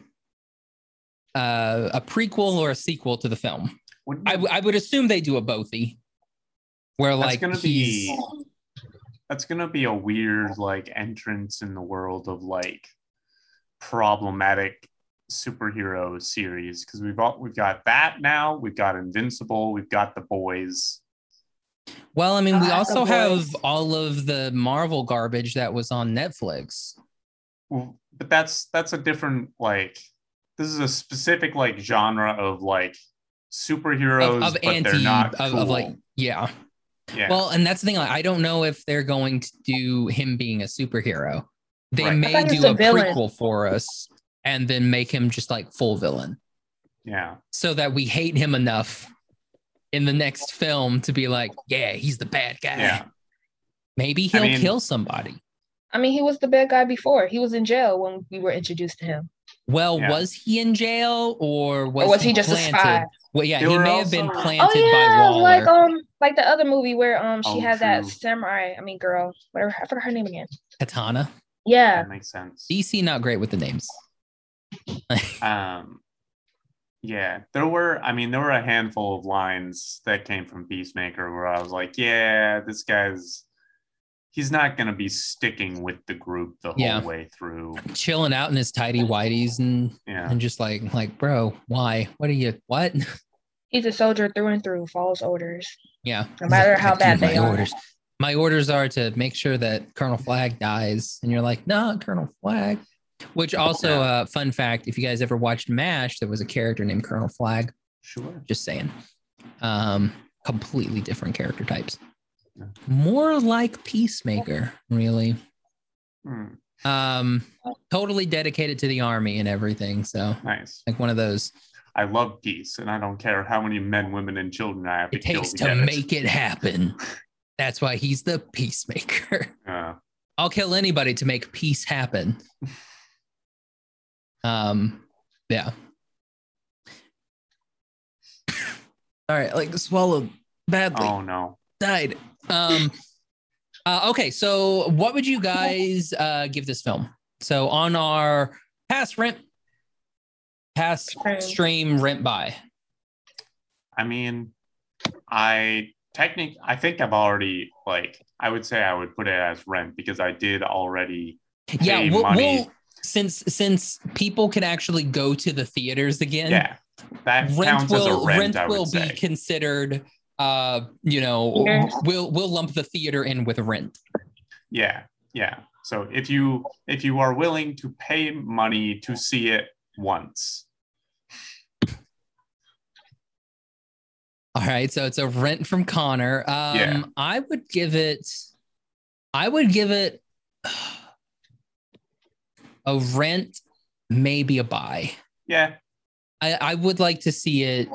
Speaker 1: uh, a prequel or a sequel to the film.
Speaker 2: Wouldn't
Speaker 1: I, w- I would assume they do a bothy. where
Speaker 2: That's
Speaker 1: like
Speaker 2: gonna
Speaker 1: he's
Speaker 2: be that's gonna be a weird like entrance in the world of like problematic superhero series because we've all we've got that now we've got invincible we've got the boys
Speaker 1: well. I mean, we
Speaker 3: Ah,
Speaker 1: also
Speaker 3: the
Speaker 1: have
Speaker 3: boys.
Speaker 1: all of the Marvel garbage that was on Netflix.
Speaker 2: Well, but that's that's a different like this is a specific like genre of like superheroes
Speaker 1: of, of
Speaker 2: but they're
Speaker 1: anti
Speaker 2: not
Speaker 1: of, of like
Speaker 2: cool.
Speaker 1: yeah.
Speaker 2: yeah
Speaker 1: Well, and that's the thing. Like, I don't know if they're going to do him being a superhero. They
Speaker 2: Right. I
Speaker 1: may
Speaker 3: thought he was
Speaker 1: do
Speaker 3: a
Speaker 1: a
Speaker 3: villain.
Speaker 1: prequel for us and then make him just like full villain
Speaker 2: yeah
Speaker 1: so that we hate him enough in the next film to be like, yeah, he's the bad guy.
Speaker 2: yeah
Speaker 1: Maybe he'll
Speaker 2: mean-
Speaker 1: kill somebody.
Speaker 3: I mean, he was the bad guy before. He was in jail when we were introduced to him.
Speaker 1: Well,
Speaker 2: Yeah.
Speaker 1: was he in jail or was,
Speaker 3: Or was he just a
Speaker 1: planted?
Speaker 3: spy?
Speaker 1: Well, yeah,
Speaker 2: They
Speaker 1: he
Speaker 2: were
Speaker 1: may have been
Speaker 2: also- Oh,
Speaker 1: planted
Speaker 3: Oh
Speaker 1: by
Speaker 3: yeah,
Speaker 1: Waller.
Speaker 3: like um, like the other movie where um she
Speaker 2: Oh,
Speaker 3: had that
Speaker 2: true.
Speaker 3: samurai. I mean, girl, whatever. I forgot her name again.
Speaker 1: Katana.
Speaker 3: Yeah,
Speaker 2: that makes sense
Speaker 1: DC not great with the names.
Speaker 2: um yeah there were i mean there were a handful of lines that came from peacemaker where i was like yeah this guy's he's not going to be sticking with the group the whole
Speaker 1: Yeah.
Speaker 2: way through
Speaker 1: Chilling out in his tidy whities and
Speaker 2: yeah
Speaker 1: and just like like bro why what are you what
Speaker 3: he's a soldier through and through. Follows orders.
Speaker 1: yeah
Speaker 3: No matter how
Speaker 1: Dude,
Speaker 3: bad they
Speaker 1: my
Speaker 3: are.
Speaker 1: orders my orders are to make sure that colonel flag dies and you're like nah colonel flag which also
Speaker 2: Yeah.
Speaker 1: uh fun fact if you guys ever watched mash there was a character named colonel flag
Speaker 2: sure
Speaker 1: just saying um completely different character types
Speaker 2: Yeah.
Speaker 1: more like peacemaker really
Speaker 2: Hmm,
Speaker 1: um totally dedicated to the army and everything so
Speaker 2: nice
Speaker 1: like one of those
Speaker 2: i love peace and i don't care how many men women and children i have
Speaker 1: it
Speaker 2: to kill
Speaker 1: takes
Speaker 2: to
Speaker 1: to
Speaker 2: get it.
Speaker 1: make it happen. That's why he's the peacemaker.
Speaker 2: Uh,
Speaker 1: I'll kill anybody to make peace happen. Um, yeah. All right, like swallowed badly,
Speaker 2: oh no
Speaker 1: died. Um, uh, okay, so what would you guys uh, give this film? So on our past rent, past
Speaker 3: Stream.
Speaker 1: stream rent buy.
Speaker 2: I mean, I technic I think I've already like I would say I would put it as rent because I did already
Speaker 1: yeah
Speaker 2: pay
Speaker 1: we'll,
Speaker 2: money.
Speaker 1: we'll since since people can actually go to the theaters again
Speaker 2: yeah. That
Speaker 1: rent
Speaker 2: counts as a
Speaker 1: will
Speaker 2: rent,
Speaker 1: rent
Speaker 2: I would
Speaker 1: will
Speaker 2: say.
Speaker 1: be considered uh you know
Speaker 3: Yes.
Speaker 1: we'll we'll lump the theater in with rent
Speaker 2: yeah. Yeah. So if you if you are willing to pay money to see it once.
Speaker 1: all right so it's a rent from connor um
Speaker 2: Yeah.
Speaker 1: i would give it i would give it a rent maybe a buy
Speaker 2: Yeah.
Speaker 1: I, I would like to see it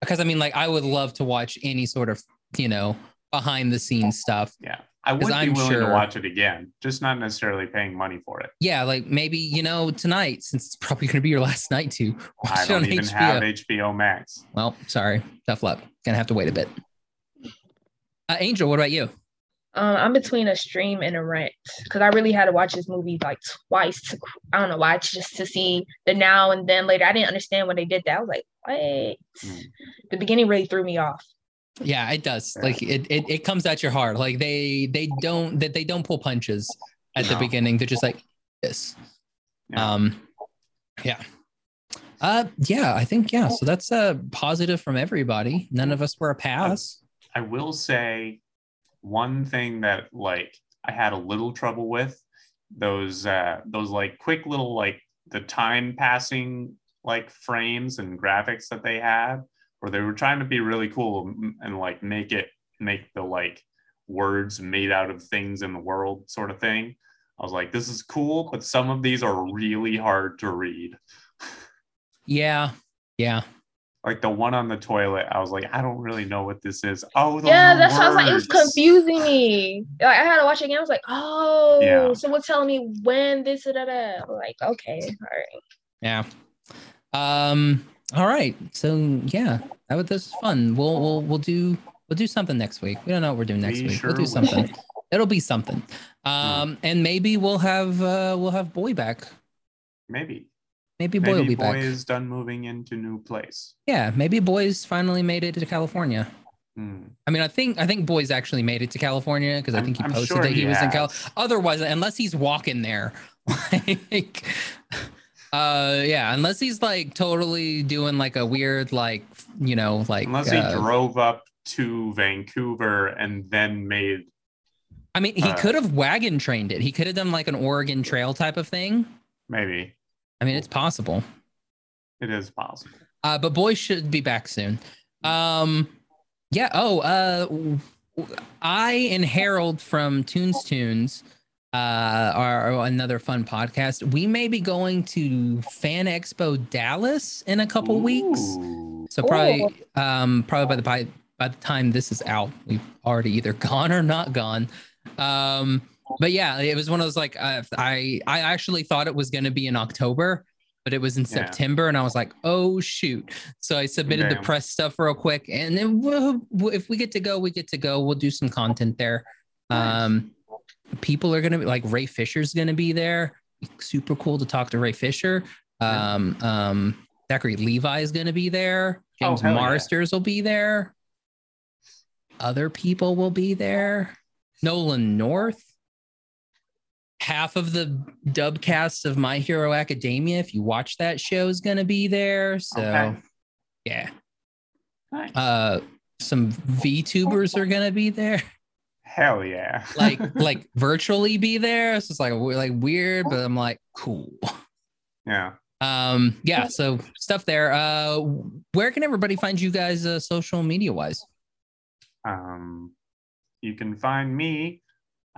Speaker 1: because I mean, like, I would love to watch any sort of, you know, behind the scenes stuff.
Speaker 2: Yeah. I would be
Speaker 1: I'm
Speaker 2: willing
Speaker 1: sure-
Speaker 2: to watch it again, just not necessarily paying money for it.
Speaker 1: Yeah, like maybe, you know, tonight, since it's probably going to be your last night to watch
Speaker 2: I
Speaker 1: it on
Speaker 2: don't even
Speaker 1: HBO.
Speaker 2: have HBO Max.
Speaker 1: well, sorry. Tough luck. Gonna have to wait a bit. Uh, Angel, what about you?
Speaker 3: Um, I'm between a stream and a rent because I really had to watch this movie like twice. To, I don't know why, just to see the now and then later. I didn't understand when they did that. I was like, wait.
Speaker 2: Mm.
Speaker 3: The beginning really threw me off.
Speaker 1: Yeah, it does.
Speaker 2: Yeah.
Speaker 1: Like it, it, it comes at your heart. Like they, they don't, that they don't pull punches at the
Speaker 2: No.
Speaker 1: beginning. They're just like this.
Speaker 2: Yeah.
Speaker 1: Um, yeah. Uh, yeah, I think yeah. So that's a positive from everybody. None of us were a pass.
Speaker 2: I will say one thing that like I had a little trouble with those uh those like quick little like the time passing like frames and graphics that they had where they were trying to be really cool and, and like make it make the like words made out of things in the world sort of thing. I was like this is cool but some of these are really hard to read.
Speaker 1: Yeah, yeah.
Speaker 2: Like the one on the toilet I was like I don't really know what this is. Oh the
Speaker 3: yeah, that's how I was like, it was
Speaker 2: words.
Speaker 3: confusing me. Like I had to watch it again. I was like, oh,
Speaker 2: Yeah.
Speaker 3: someone telling me when this and that. that. I'm like, okay, all right.
Speaker 1: Yeah. Um. All right. So yeah, that was this is fun. We'll we'll we'll do we'll do something next week. We don't know what we're doing next
Speaker 2: We
Speaker 1: week.
Speaker 2: sure
Speaker 1: we'll do
Speaker 2: will. Hmm.
Speaker 1: something. It'll be something. Um. And maybe we'll have uh we'll have boy back.
Speaker 2: Maybe.
Speaker 1: Maybe boy will
Speaker 2: Maybe
Speaker 1: be
Speaker 2: boy
Speaker 1: back.
Speaker 2: is done moving into new place.
Speaker 1: Yeah. Maybe boys finally made it to California.
Speaker 2: Hmm.
Speaker 1: I mean, I think I think Boys actually made it to California because I
Speaker 2: I'm-
Speaker 1: think he
Speaker 2: I'm
Speaker 1: posted
Speaker 2: sure
Speaker 1: that he,
Speaker 2: he
Speaker 1: was in Cal.
Speaker 2: has.
Speaker 1: Otherwise, unless he's walking there, like, uh, yeah, unless he's like totally doing like a weird like you know like
Speaker 2: Unless he
Speaker 1: uh,
Speaker 2: drove up to Vancouver and then made
Speaker 1: I mean, he
Speaker 2: uh,
Speaker 1: could have wagon trained it. He could have done like an Oregon Trail type of thing.
Speaker 2: maybe
Speaker 1: I mean, it's possible.
Speaker 2: it is possible.
Speaker 1: Uh, but boys should be back soon. Um, yeah. Oh, uh, w- I and Harold from Tunes Tunes uh, are are another fun podcast. We may be going to Fan Expo Dallas in a couple weeks.
Speaker 2: Ooh.
Speaker 1: So probably, um, probably by the by, by the time this is out, we've already either gone or not gone. Um, but yeah, it was one of those like uh, I I actually thought it was going to be in October, but it was in
Speaker 2: Yeah.
Speaker 1: September, and I was like, oh shoot! So I submitted the
Speaker 2: Damn.
Speaker 1: press stuff real quick, and then we'll, we'll- if we get to go, we get to go. We'll do some content there. Um, people are gonna be like Ray Fisher's gonna be there. Super cool to talk to Ray Fisher.
Speaker 2: Yeah.
Speaker 1: Um, um, Zachary Levi is gonna be there.
Speaker 2: Oh,
Speaker 1: James
Speaker 2: hell yeah.
Speaker 1: Marsters will be there. Other people will be there. Nolan North. Half of the dub cast of My Hero Academia, if you watch that show, is gonna be there. So
Speaker 2: Okay.
Speaker 1: yeah.
Speaker 2: Nice.
Speaker 1: Uh some VTubers are gonna be there
Speaker 2: Hell yeah.
Speaker 1: like like virtually be there. So it's like we- like weird, but I'm like cool.
Speaker 2: yeah.
Speaker 1: Um, yeah. So stuff there. Uh, where can everybody find you guys uh, social media wise?
Speaker 2: Um, you can find me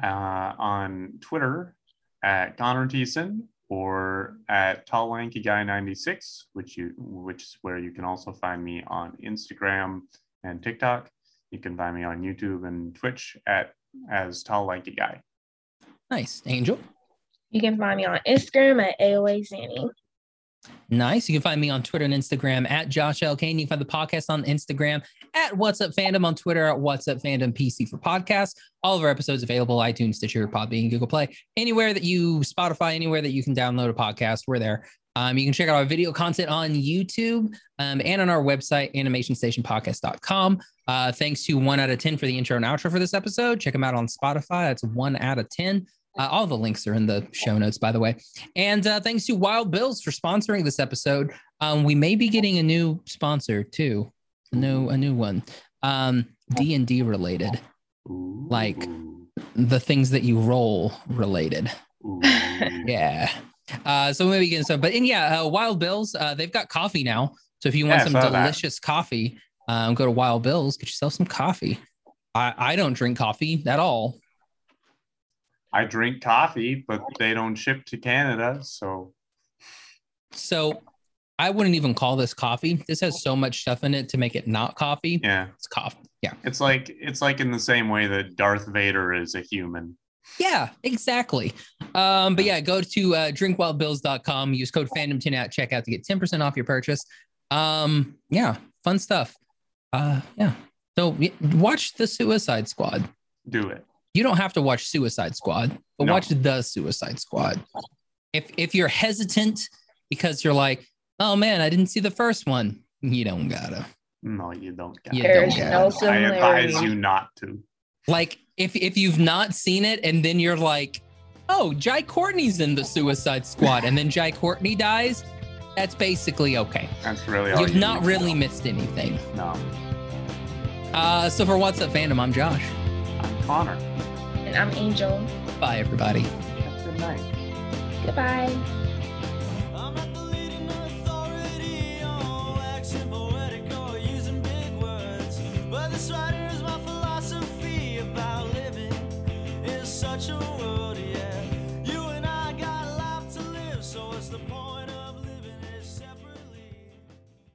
Speaker 2: uh, on Twitter at Connor Thiessen or at Tall Lanky Guy 96, which you which is where you can also find me on Instagram and TikTok. You can find me on YouTube and Twitch at as Tall Lanky Guy.
Speaker 1: Nice, Angel.
Speaker 3: You can find me on Instagram at AOA Zanny.
Speaker 1: Nice. You can find me on Twitter and Instagram at Josh L. Kane. You can find the podcast on Instagram at What's Up Fandom on Twitter at What's Up Fandom PC for podcasts. All of our episodes available iTunes, Stitcher, Podbean, Google Play, anywhere that you Spotify, anywhere that you can download a podcast. We're there. Um, you can check out our video content on YouTube um, and on our website, animationstationpodcast.com. Uh, thanks to one out of 10 for the intro and outro for this episode. Check them out on Spotify. That's one out of 10. Uh, all the links are in the show notes, by the way. And uh, thanks to Wild Bills for sponsoring this episode. Um, we may be getting a new sponsor too, a new a new one, um, D and D related,
Speaker 2: Ooh.
Speaker 1: Like- the things that you roll related.
Speaker 2: Ooh.
Speaker 1: Yeah. Uh, so maybe getting some, but and yeah, uh, Wild Bills. Uh, they've got coffee now. So if you want
Speaker 2: Yeah, I
Speaker 1: some
Speaker 2: saw that.
Speaker 1: delicious coffee, um, go to Wild Bills, get yourself some coffee. I, I don't drink coffee at all.
Speaker 2: I drink coffee, but they don't ship to Canada, so
Speaker 1: So I wouldn't even call this coffee. This has so much stuff in it to make it not coffee.
Speaker 2: yeah.
Speaker 1: It's coffee. Yeah.
Speaker 2: It's like it's like in the same way that Darth Vader is a human.
Speaker 1: Yeah, exactly. Um, but yeah, go to uh, drinkwildbills.com, use code fandom10 at checkout to get 10% off your purchase. Um, yeah, fun stuff. Uh, yeah. So y- watch The Suicide Squad.
Speaker 2: Do it.
Speaker 1: You don't have to watch Suicide Squad, but
Speaker 2: No.
Speaker 1: watch The Suicide Squad. If if you're hesitant because you're like, "Oh man, I didn't see the first one." You don't gotta.
Speaker 2: No, you don't. Get
Speaker 1: You
Speaker 2: it.
Speaker 1: There's don't
Speaker 3: no
Speaker 2: I
Speaker 3: similarity.
Speaker 2: advise you not to.
Speaker 1: Like if if you've not seen it and then you're like, "Oh, Jai Courtney's in the Suicide Squad," and then Jai Courtney dies, that's basically okay.
Speaker 2: That's really all.
Speaker 1: You've
Speaker 2: you
Speaker 1: not
Speaker 2: need to
Speaker 1: really
Speaker 2: know.
Speaker 1: missed anything.
Speaker 2: No,
Speaker 1: Uh, so for what's up, fandom, I'm Josh.
Speaker 2: I'm Connor.
Speaker 3: And I'm Angel.
Speaker 1: Bye, everybody.
Speaker 2: Have a Good night.
Speaker 3: Goodbye.